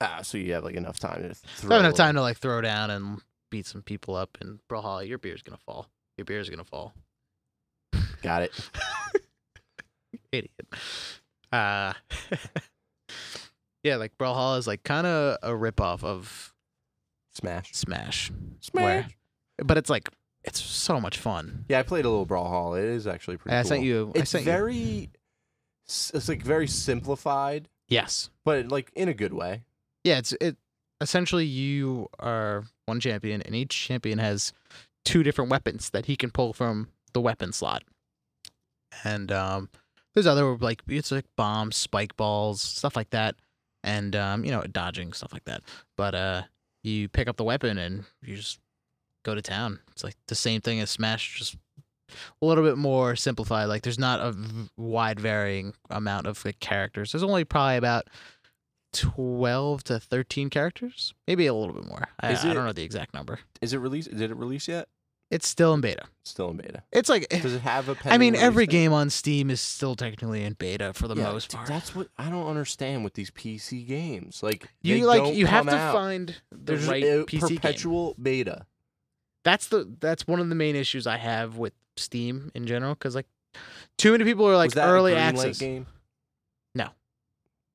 [SPEAKER 1] Ah, so you have like enough time to.
[SPEAKER 2] I
[SPEAKER 1] Throw
[SPEAKER 2] don't have time to like throw down and beat some people up. And Brawlhalla, your beer's gonna fall. Your beer's gonna fall.
[SPEAKER 1] Got it.
[SPEAKER 2] Idiot. Uh, <laughs> yeah, like Brawlhalla is like kind of a ripoff of
[SPEAKER 1] Smash.
[SPEAKER 2] Smash.
[SPEAKER 1] Smash.
[SPEAKER 2] but it's like it's so much fun.
[SPEAKER 1] Yeah, I played a little Brawlhalla. It is actually pretty.
[SPEAKER 2] I
[SPEAKER 1] cool.
[SPEAKER 2] sent you. I
[SPEAKER 1] It's
[SPEAKER 2] sent you.
[SPEAKER 1] very. s- It's like very simplified,
[SPEAKER 2] Yes.
[SPEAKER 1] but like in a good way.
[SPEAKER 2] Yeah, it's it essentially you are one champion and each champion has two different weapons that he can pull from the weapon slot. And um there's other like it's like bombs, spike balls, stuff like that. And um, you know, dodging, stuff like that. But uh you pick up the weapon and you just go to town. It's like the same thing as Smash, just a little bit more simplified. Like there's not a v- wide varying amount of like characters. There's only probably about 12 to 13 characters maybe a little bit more I,
[SPEAKER 1] Is
[SPEAKER 2] I
[SPEAKER 1] it-
[SPEAKER 2] don't know the exact number
[SPEAKER 1] Is it released? Did it release yet?
[SPEAKER 2] it's still in beta
[SPEAKER 1] It's still in beta.
[SPEAKER 2] it's like eh,
[SPEAKER 1] Does it have a?
[SPEAKER 2] i mean
[SPEAKER 1] pending
[SPEAKER 2] every
[SPEAKER 1] release date?
[SPEAKER 2] game on steam is still technically in beta for the
[SPEAKER 1] Yeah,
[SPEAKER 2] most
[SPEAKER 1] dude,
[SPEAKER 2] part
[SPEAKER 1] That's what I don't understand with these PC games. Like
[SPEAKER 2] you
[SPEAKER 1] they
[SPEAKER 2] like
[SPEAKER 1] don't
[SPEAKER 2] you have
[SPEAKER 1] come
[SPEAKER 2] to
[SPEAKER 1] out.
[SPEAKER 2] find the
[SPEAKER 1] They're just
[SPEAKER 2] right
[SPEAKER 1] a
[SPEAKER 2] pc game.
[SPEAKER 1] perpetual beta.
[SPEAKER 2] that's the that's one of the main issues i have with steam in general because like too many people are
[SPEAKER 1] Was
[SPEAKER 2] like
[SPEAKER 1] that a
[SPEAKER 2] early
[SPEAKER 1] Greenlight
[SPEAKER 2] access
[SPEAKER 1] game?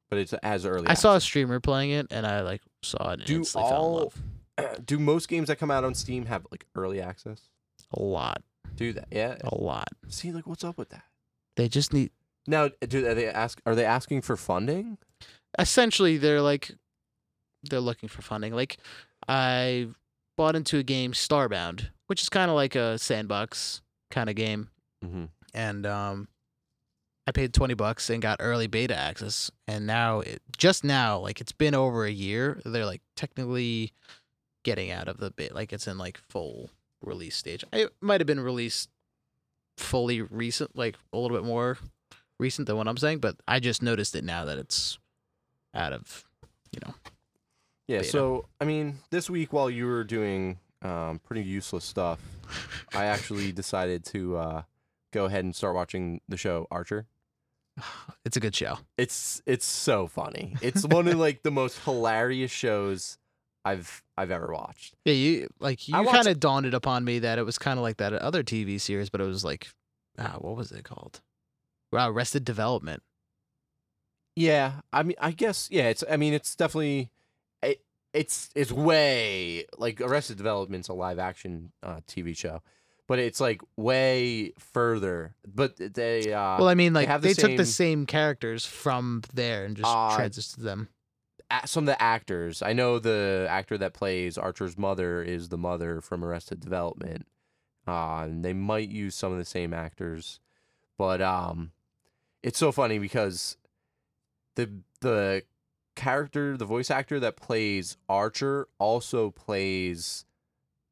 [SPEAKER 1] but it's as early.
[SPEAKER 2] I saw a
[SPEAKER 1] access.
[SPEAKER 2] streamer playing it, and I like saw it and
[SPEAKER 1] Do
[SPEAKER 2] instantly fell in
[SPEAKER 1] all- <clears throat>
[SPEAKER 2] love.
[SPEAKER 1] Do most games that come out on Steam have like early access?
[SPEAKER 2] A lot,
[SPEAKER 1] Do that? Yeah.
[SPEAKER 2] a lot.
[SPEAKER 1] See, like, what's up with that?
[SPEAKER 2] They just need.
[SPEAKER 1] Now, do are they ask? Are they asking for funding?
[SPEAKER 2] Essentially, they're like, they're looking for funding. Like, I bought into a game Starbound, which is kind of like a sandbox kind of game.
[SPEAKER 1] Mm-hmm.
[SPEAKER 2] and um, I paid twenty bucks and got early beta access. And now, it, just now, like it's been over a year, they're like technically getting out of the bit, like it's in like full release stage. It might have been released fully recent, like a little bit more recent than what I'm saying, but I just noticed it now that it's
[SPEAKER 1] <sighs>
[SPEAKER 2] out of.
[SPEAKER 1] Yeah.
[SPEAKER 2] Beta.
[SPEAKER 1] So, I mean, this week while you were doing um, pretty useless stuff, I actually decided to uh, go ahead and start watching the show Archer.
[SPEAKER 2] It's a good show.
[SPEAKER 1] It's it's so funny. It's one of like the most hilarious shows I've I've ever watched.
[SPEAKER 2] Yeah, you like you
[SPEAKER 1] I watch-
[SPEAKER 2] kind of dawned it upon me that it was kind of like that other TV series, but it was like, ah, what was it called? Wow, Arrested Development.
[SPEAKER 1] Yeah, I mean, I guess yeah. It's I mean, it's definitely it, it's it's way like Arrested Development's a live action uh, TV show, but it's like way further. But they uh,
[SPEAKER 2] well, I mean, like
[SPEAKER 1] have the
[SPEAKER 2] they took the same characters from there and just
[SPEAKER 1] Uh,
[SPEAKER 2] transitioned them.
[SPEAKER 1] a- some of the actors. I know the actor that plays Archer's mother is the mother from Arrested Development. Uh, and they might use some of the same actors, but um, it's so funny because the the character, the voice actor that plays Archer, also plays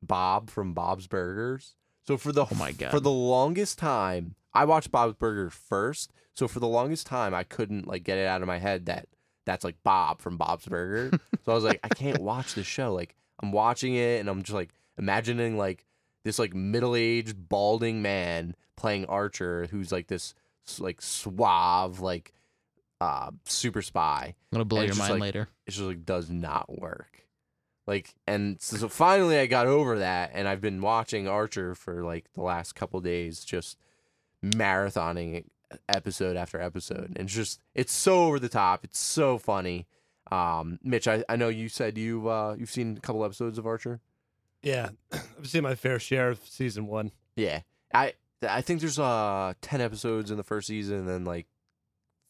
[SPEAKER 1] Bob from Bob's Burgers. So for the
[SPEAKER 2] Oh my God.
[SPEAKER 1] for the longest time, I watched Bob's Burgers first. So for the longest time, I couldn't like get it out of my head that that's like Bob from Bob's
[SPEAKER 2] <laughs>
[SPEAKER 1] Burger. so I was like, I can't watch this show. Like I'm watching it and I'm just like imagining like this like middle-aged balding man playing Archer who's like this like suave like uh super spy.
[SPEAKER 2] I'm gonna blow
[SPEAKER 1] and
[SPEAKER 2] your
[SPEAKER 1] just,
[SPEAKER 2] mind
[SPEAKER 1] like-
[SPEAKER 2] later.
[SPEAKER 1] It just like does not work. Like and so, so finally I got over that and I've been watching Archer for like the last couple days just marathoning it episode after episode and it's just it's so over the top. It's so funny. Um Mitch, I, I know you said you uh you've seen a couple episodes of Archer.
[SPEAKER 4] Yeah, <clears throat> I've seen my fair share of season one.
[SPEAKER 1] Yeah. I I think there's uh 10 episodes in the first season and then like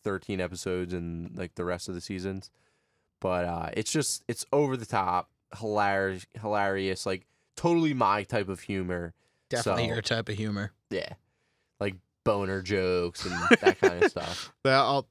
[SPEAKER 1] 13 episodes in like the rest of the seasons. But uh it's just it's over the top, hilarious hilarious, like totally my type of humor.
[SPEAKER 2] Definitely
[SPEAKER 1] So-
[SPEAKER 2] your type of humor.
[SPEAKER 1] Yeah. Like boner jokes and that kind of
[SPEAKER 2] <laughs>
[SPEAKER 1] stuff.
[SPEAKER 2] They all,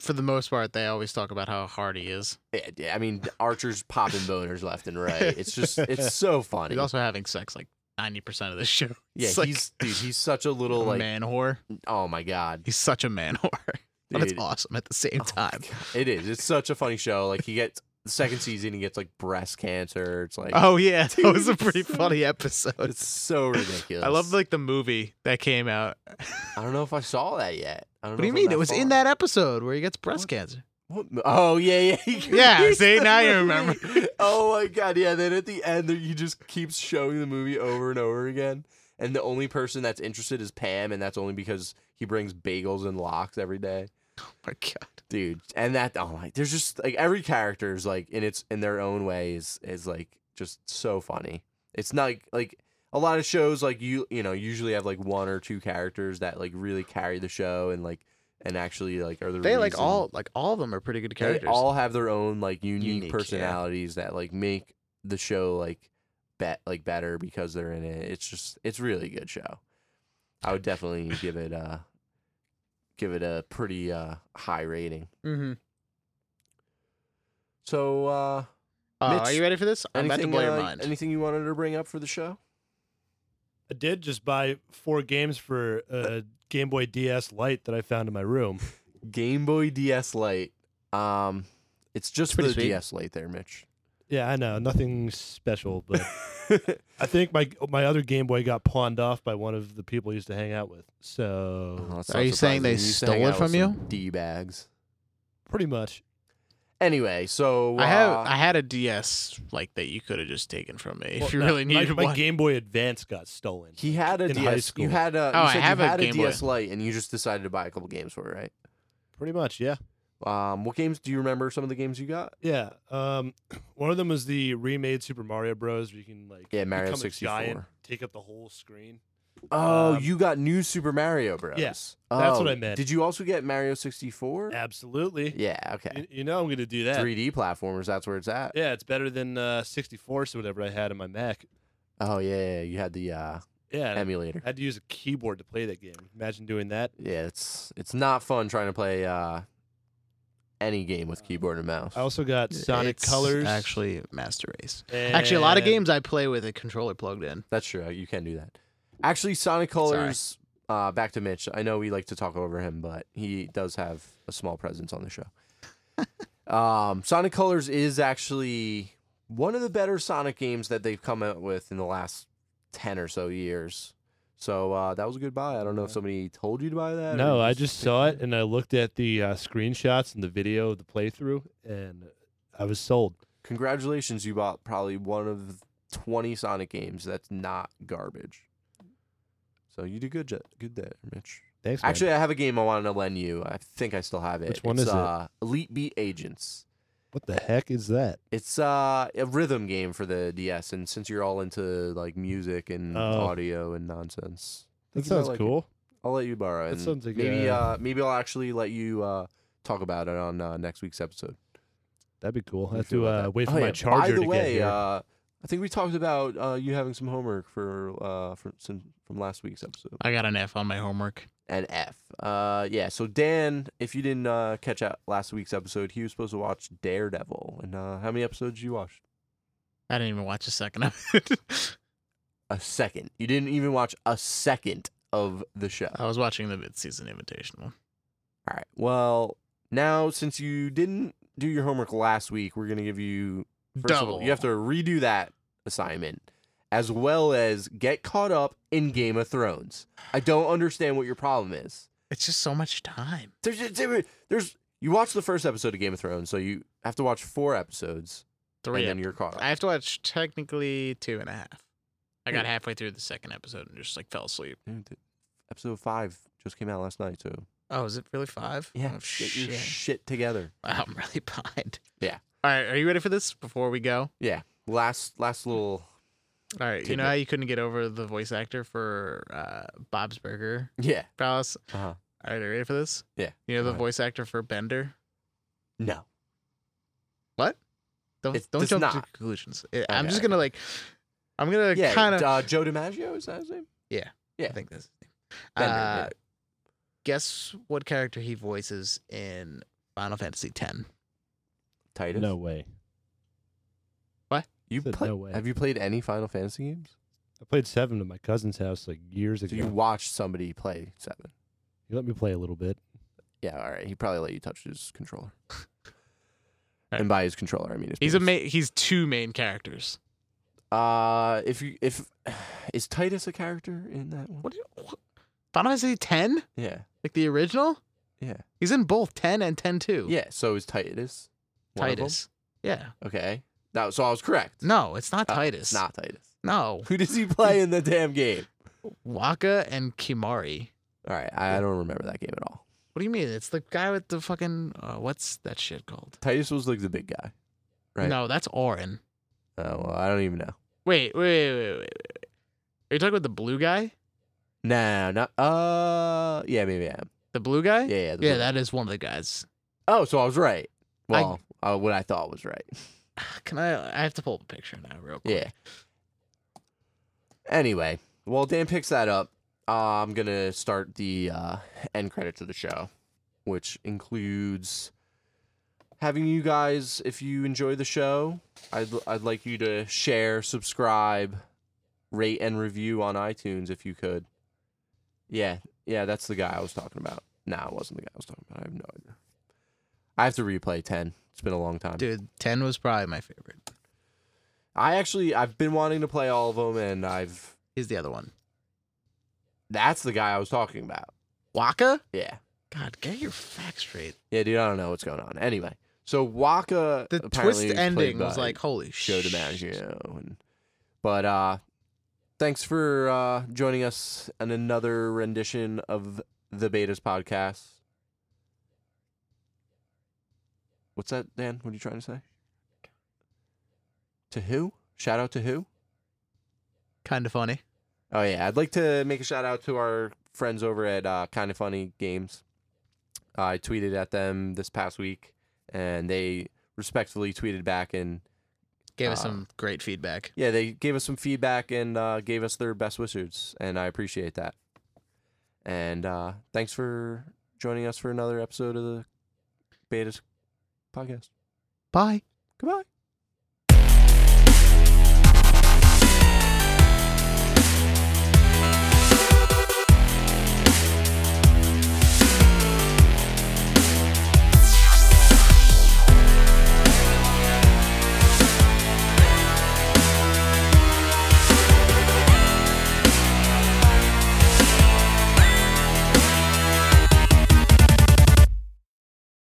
[SPEAKER 2] for the most part, they always talk about how hard he is.
[SPEAKER 1] Yeah, yeah, I mean Archer's popping boners left and right. It's just
[SPEAKER 2] <laughs>
[SPEAKER 1] it's so funny.
[SPEAKER 2] He's also having sex like ninety percent of the <laughs> show.
[SPEAKER 1] yeah,
[SPEAKER 2] It's like
[SPEAKER 1] he's dude, he's such a little
[SPEAKER 2] a
[SPEAKER 1] like
[SPEAKER 2] man whore.
[SPEAKER 1] oh my god.
[SPEAKER 2] He's such a man whore, <laughs> but it's
[SPEAKER 1] dude.
[SPEAKER 2] awesome at the <laughs> same
[SPEAKER 1] Oh my
[SPEAKER 2] time.
[SPEAKER 1] God. It is. It's such a funny show. Like he gets the second season, he gets like breast cancer. It's like
[SPEAKER 2] Oh yeah, <laughs> that was a
[SPEAKER 1] Dude,
[SPEAKER 2] pretty
[SPEAKER 1] so-
[SPEAKER 2] <laughs> funny episode.
[SPEAKER 1] it's so ridiculous.
[SPEAKER 2] I love like the movie that came out.
[SPEAKER 1] I don't know if I saw that yet. I don't
[SPEAKER 2] What do
[SPEAKER 1] know if
[SPEAKER 2] you
[SPEAKER 1] I'm
[SPEAKER 2] mean? It was in
[SPEAKER 1] far.
[SPEAKER 2] that episode where he gets breast cancer. <laughs>
[SPEAKER 1] What mo- Oh yeah, yeah. <laughs>
[SPEAKER 2] Yeah,
[SPEAKER 1] He's
[SPEAKER 2] see,
[SPEAKER 1] the
[SPEAKER 2] now you
[SPEAKER 1] movie. Oh my god, yeah. Then at the end, there he just keeps showing the movie over and over again, and the only person that's interested is Pam, and that's only because he brings bagels and locks every day.
[SPEAKER 2] Oh my god.
[SPEAKER 1] dude and that oh my there's just like every character is like in its in their own way is is like just so funny it's not like, like a lot of shows like you you know usually have like one or two characters that like really carry the show and like and actually like are the
[SPEAKER 2] They like
[SPEAKER 1] reason-
[SPEAKER 2] all like all of them are pretty good
[SPEAKER 1] they
[SPEAKER 2] characters.
[SPEAKER 1] all have their own like unique,
[SPEAKER 2] Unique, yeah.
[SPEAKER 1] personalities that like make the show like bet like better because they're in it it's just it's really a good show i would definitely give it uh give it a pretty uh high rating
[SPEAKER 2] mm-hmm.
[SPEAKER 1] so uh
[SPEAKER 2] are
[SPEAKER 1] Mitch,
[SPEAKER 2] you ready for this? I'm about to
[SPEAKER 1] Anything,
[SPEAKER 2] blow your
[SPEAKER 1] uh,
[SPEAKER 2] mind.
[SPEAKER 1] Anything you wanted to bring up for the show?
[SPEAKER 4] I did just buy four games for a Game Boy DS Lite that I found in my room.
[SPEAKER 1] Game Boy DS Lite. Um, it's just for
[SPEAKER 2] pretty
[SPEAKER 1] the
[SPEAKER 2] sweet.
[SPEAKER 1] DS Lite, there, <laughs> Mitch. Oh,
[SPEAKER 4] Yeah, I know, nothing special, <laughs> but I think my my other Game Boy got pawned off by one of the people I used to hang out with. So
[SPEAKER 2] Are you saying they stole it from you?
[SPEAKER 1] D bags.
[SPEAKER 4] pretty much,
[SPEAKER 1] Anyway, so uh,
[SPEAKER 2] I have I had a DS like that you could have just taken from me
[SPEAKER 4] Well,
[SPEAKER 2] if you
[SPEAKER 4] no,
[SPEAKER 2] really
[SPEAKER 4] my-
[SPEAKER 2] needed
[SPEAKER 4] my,
[SPEAKER 2] one.
[SPEAKER 4] Game Boy Advance got stolen.
[SPEAKER 1] he had a
[SPEAKER 4] in
[SPEAKER 1] DS.
[SPEAKER 4] high
[SPEAKER 1] You
[SPEAKER 4] school.
[SPEAKER 1] had a.
[SPEAKER 2] Oh,
[SPEAKER 1] you
[SPEAKER 2] I
[SPEAKER 1] said
[SPEAKER 2] have
[SPEAKER 1] you
[SPEAKER 2] a
[SPEAKER 1] had
[SPEAKER 2] Game Boy.
[SPEAKER 1] DS Lite, and you just decided to buy a couple games for it, right?
[SPEAKER 4] Pretty much, yeah.
[SPEAKER 1] Um, what games do you remember? Some of the games you got?
[SPEAKER 4] Yeah. Um, <clears throat> one of them was the remade Super Mario Bros. Where you can like
[SPEAKER 1] Yeah, Mario
[SPEAKER 4] become a giant,
[SPEAKER 1] 64.
[SPEAKER 4] take up the whole screen.
[SPEAKER 1] Oh,
[SPEAKER 4] Um,
[SPEAKER 1] you got New Super Mario Bros.
[SPEAKER 4] yes, that's what
[SPEAKER 1] Oh,
[SPEAKER 4] I meant.
[SPEAKER 1] Did you also get Mario 64?
[SPEAKER 4] Absolutely.
[SPEAKER 1] Yeah, okay.
[SPEAKER 4] You, you know I'm going to do that.
[SPEAKER 1] 3D platformers, that's where it's at.
[SPEAKER 4] Yeah, it's better than uh, 64 or whatever I had in my Mac.
[SPEAKER 1] Oh, yeah, yeah, you had the uh,
[SPEAKER 4] Yeah, and
[SPEAKER 1] emulator.
[SPEAKER 4] I had to use a keyboard to play that game. Imagine doing that.
[SPEAKER 1] Yeah, it's it's not fun trying to play uh, any game with keyboard and mouse.
[SPEAKER 4] Uh, I also got Sonic
[SPEAKER 2] It's
[SPEAKER 4] Colors.
[SPEAKER 2] Actually, Master Race. Actually, a lot of
[SPEAKER 4] and-
[SPEAKER 2] games I play with a controller plugged in.
[SPEAKER 1] That's true. You can do that. Actually, Sonic Colors. Uh, back to Mitch. I know we like to talk over him, but he does have a small presence on the
[SPEAKER 4] <laughs>
[SPEAKER 1] show. um, Sonic Colors is actually one of the better Sonic games that they've come out with in the last ten or so years. So uh, that was a good buy. I don't know if somebody told you to buy that. or
[SPEAKER 4] No,
[SPEAKER 1] you
[SPEAKER 4] I just saw
[SPEAKER 1] picked
[SPEAKER 4] it and I looked at the uh, screenshots and the video of the playthrough, and I was sold.
[SPEAKER 1] Congratulations, you bought probably one of twenty Sonic games that's not garbage. So you did good, ju- good there, Mitch.
[SPEAKER 4] Thanks. man.
[SPEAKER 1] Actually, I have a game I wanted to lend you. I think I still have it.
[SPEAKER 4] Which one
[SPEAKER 1] it's,
[SPEAKER 4] is it?
[SPEAKER 1] uh, Elite Beat Agents.
[SPEAKER 4] what the heck is that?
[SPEAKER 1] It's uh, a rhythm game for the DS, and since you're all into like music and
[SPEAKER 4] Oh.
[SPEAKER 1] audio and nonsense,
[SPEAKER 4] That
[SPEAKER 1] you might
[SPEAKER 4] sounds
[SPEAKER 1] like it.
[SPEAKER 4] cool.
[SPEAKER 1] I'll let you borrow it.
[SPEAKER 4] That
[SPEAKER 1] and
[SPEAKER 4] sounds like
[SPEAKER 1] maybe
[SPEAKER 4] a-
[SPEAKER 1] uh, maybe I'll actually let you uh, talk about it on uh, next week's episode.
[SPEAKER 4] That'd be cool.
[SPEAKER 1] do
[SPEAKER 4] I have
[SPEAKER 1] you
[SPEAKER 4] to
[SPEAKER 1] feel about
[SPEAKER 4] uh,
[SPEAKER 1] that?
[SPEAKER 4] wait for
[SPEAKER 1] Oh,
[SPEAKER 4] my
[SPEAKER 1] yeah.
[SPEAKER 4] charger
[SPEAKER 1] By the
[SPEAKER 4] to
[SPEAKER 1] way,
[SPEAKER 4] get here.
[SPEAKER 1] Uh, I think we talked about uh, you having some homework for uh, for some, from last week's episode.
[SPEAKER 2] I got an F on my homework.
[SPEAKER 1] and F. Uh, yeah. So Dan, if you didn't uh, catch out last week's episode, he was supposed to watch Daredevil. And uh, how many episodes did you watch?
[SPEAKER 2] I didn't even watch a second of it. <laughs>
[SPEAKER 1] A second. You didn't even watch a second of the show.
[SPEAKER 2] I was watching the mid-season invitational.
[SPEAKER 1] Oh. All right. Well, now since you didn't do your homework last week, we're gonna give you first of all,
[SPEAKER 2] Double.
[SPEAKER 1] you have to redo that assignment, as well as get caught up in Game of Thrones. I don't understand what your problem is.
[SPEAKER 2] It's just so much time.
[SPEAKER 1] There's, there's, there's you watch the first episode of Game of Thrones, so you have to watch four episodes,
[SPEAKER 2] Three.
[SPEAKER 1] and then
[SPEAKER 2] ep-
[SPEAKER 1] you're caught up.
[SPEAKER 2] Oh, I have to watch technically two and a half. I got
[SPEAKER 1] Yeah.
[SPEAKER 2] halfway through the second episode and just like fell asleep.
[SPEAKER 1] Dude, the- episode five just came out last night, so
[SPEAKER 2] Oh, is it really five? Oh,
[SPEAKER 1] get your
[SPEAKER 2] shit.
[SPEAKER 1] shit together.
[SPEAKER 2] Wow, I'm really <laughs> behind.
[SPEAKER 1] Yeah.
[SPEAKER 2] All right, are you ready for this before we go?
[SPEAKER 1] Yeah, last last little.
[SPEAKER 2] All right, you know
[SPEAKER 1] Tidbit.
[SPEAKER 2] how you couldn't get over the voice actor for uh, Bob's Burger
[SPEAKER 1] Yeah.
[SPEAKER 2] Palace?
[SPEAKER 1] Uh-huh.
[SPEAKER 2] All right, are you ready for this?
[SPEAKER 1] Yeah,
[SPEAKER 2] You know
[SPEAKER 1] go
[SPEAKER 2] the
[SPEAKER 1] ahead.
[SPEAKER 2] voice actor for Bender?
[SPEAKER 1] No.
[SPEAKER 2] Don't
[SPEAKER 1] It's-
[SPEAKER 2] don't
[SPEAKER 1] it's
[SPEAKER 2] jump to
[SPEAKER 1] not.
[SPEAKER 2] conclusions. I- I'm
[SPEAKER 1] Okay,
[SPEAKER 2] just gonna like, I'm gonna
[SPEAKER 1] yeah.
[SPEAKER 2] kind of.
[SPEAKER 1] uh, Joe DiMaggio is that his name?
[SPEAKER 2] I think that's. his name.
[SPEAKER 1] Bender,
[SPEAKER 2] uh,
[SPEAKER 1] yeah.
[SPEAKER 2] Guess what character he voices in Final Fantasy X?
[SPEAKER 1] Titus.
[SPEAKER 4] way.
[SPEAKER 1] You
[SPEAKER 4] said
[SPEAKER 1] play,
[SPEAKER 4] no way.
[SPEAKER 1] Have you played any Final Fantasy games?
[SPEAKER 4] I played seven at my cousin's house like years
[SPEAKER 1] So
[SPEAKER 4] ago.
[SPEAKER 1] you watched somebody play seven?
[SPEAKER 4] he let me play a little bit.
[SPEAKER 1] Yeah. All right. He probably let you touch his
[SPEAKER 2] <laughs>
[SPEAKER 1] controller.
[SPEAKER 2] right.
[SPEAKER 1] And by his controller, I mean his
[SPEAKER 2] He's a
[SPEAKER 1] penis.
[SPEAKER 2] ma- he's two main characters.
[SPEAKER 1] Uh, if you if <sighs> is Titus a character in that one?
[SPEAKER 2] What? do you- what- Final Fantasy X,
[SPEAKER 1] Yeah,
[SPEAKER 2] like the original.
[SPEAKER 1] yeah,
[SPEAKER 2] He's in both ten and ten two.
[SPEAKER 1] yeah. So is Titus one of them?
[SPEAKER 2] Titus. Yeah.
[SPEAKER 1] Okay, that so I was correct.
[SPEAKER 2] No, it's not
[SPEAKER 1] Uh,
[SPEAKER 2] Titus.
[SPEAKER 1] it's not Titus. <laughs>
[SPEAKER 2] No,
[SPEAKER 1] Who does he play in the damn game?
[SPEAKER 2] Waka and Kimari.
[SPEAKER 1] All right, I, I don't remember that game at all.
[SPEAKER 2] What do you mean? It's the guy with the fucking uh, what's that shit called?
[SPEAKER 1] Titus was like the big guy. Right.
[SPEAKER 2] No, that's Orin.
[SPEAKER 1] Oh well, I don't even know.
[SPEAKER 2] Wait, wait, wait, wait, wait, wait. Are you talking about the blue guy?
[SPEAKER 1] No, no, no. Uh, yeah, maybe I am.
[SPEAKER 2] The blue
[SPEAKER 1] Yeah,
[SPEAKER 2] guy?
[SPEAKER 1] yeah. the
[SPEAKER 2] Eh, Yeah,
[SPEAKER 1] blue-
[SPEAKER 2] that is one of the guys.
[SPEAKER 1] Oh, so I was right.
[SPEAKER 2] I-
[SPEAKER 1] Well, uh, what I thought was right.
[SPEAKER 2] Ah, Can I? I have to pull up a picture now, real quick.
[SPEAKER 1] Yeah. Anyway, while Dan picks that up, uh, I'm gonna start the uh, end credits of the show, which includes having you guys, if you enjoy the show, I'd I'd like you to share, subscribe, rate, and review on iTunes if you could. Yeah, yeah, that's the guy I was talking about. Nah, it wasn't the guy I was talking about. I have no idea. I have to replay ten. It's been a long time.
[SPEAKER 2] Dude, ten was probably my favorite.
[SPEAKER 1] I actually I've been wanting to play all of them, and I've
[SPEAKER 2] He's the other one.
[SPEAKER 1] That's the guy I was talking about.
[SPEAKER 2] Waka?
[SPEAKER 1] Yeah.
[SPEAKER 2] God, get your facts straight.
[SPEAKER 1] Yeah, dude, I don't know what's going on. Anyway, so Waka
[SPEAKER 2] The
[SPEAKER 1] apparently
[SPEAKER 2] twist
[SPEAKER 1] was played
[SPEAKER 2] ending was
[SPEAKER 1] by
[SPEAKER 2] like, holy
[SPEAKER 1] Joe
[SPEAKER 2] shit.
[SPEAKER 1] DiMaggio and but uh thanks for uh joining us on another rendition of the Betas podcast. What's that, Dan? What are you trying to say? To who? Shout out to who?
[SPEAKER 2] Kind of funny.
[SPEAKER 1] Oh yeah, I'd like to make a shout out to our friends over at uh, Kind of Funny Games. I tweeted at them this past week, and they respectfully tweeted back and
[SPEAKER 2] Gave
[SPEAKER 1] Uh,
[SPEAKER 2] us some great feedback.
[SPEAKER 1] yeah, they gave us some feedback and uh, gave us their best wishes, and I appreciate that. And uh, thanks for joining us for another episode of the Betas podcast.
[SPEAKER 2] Bye.
[SPEAKER 1] Goodbye.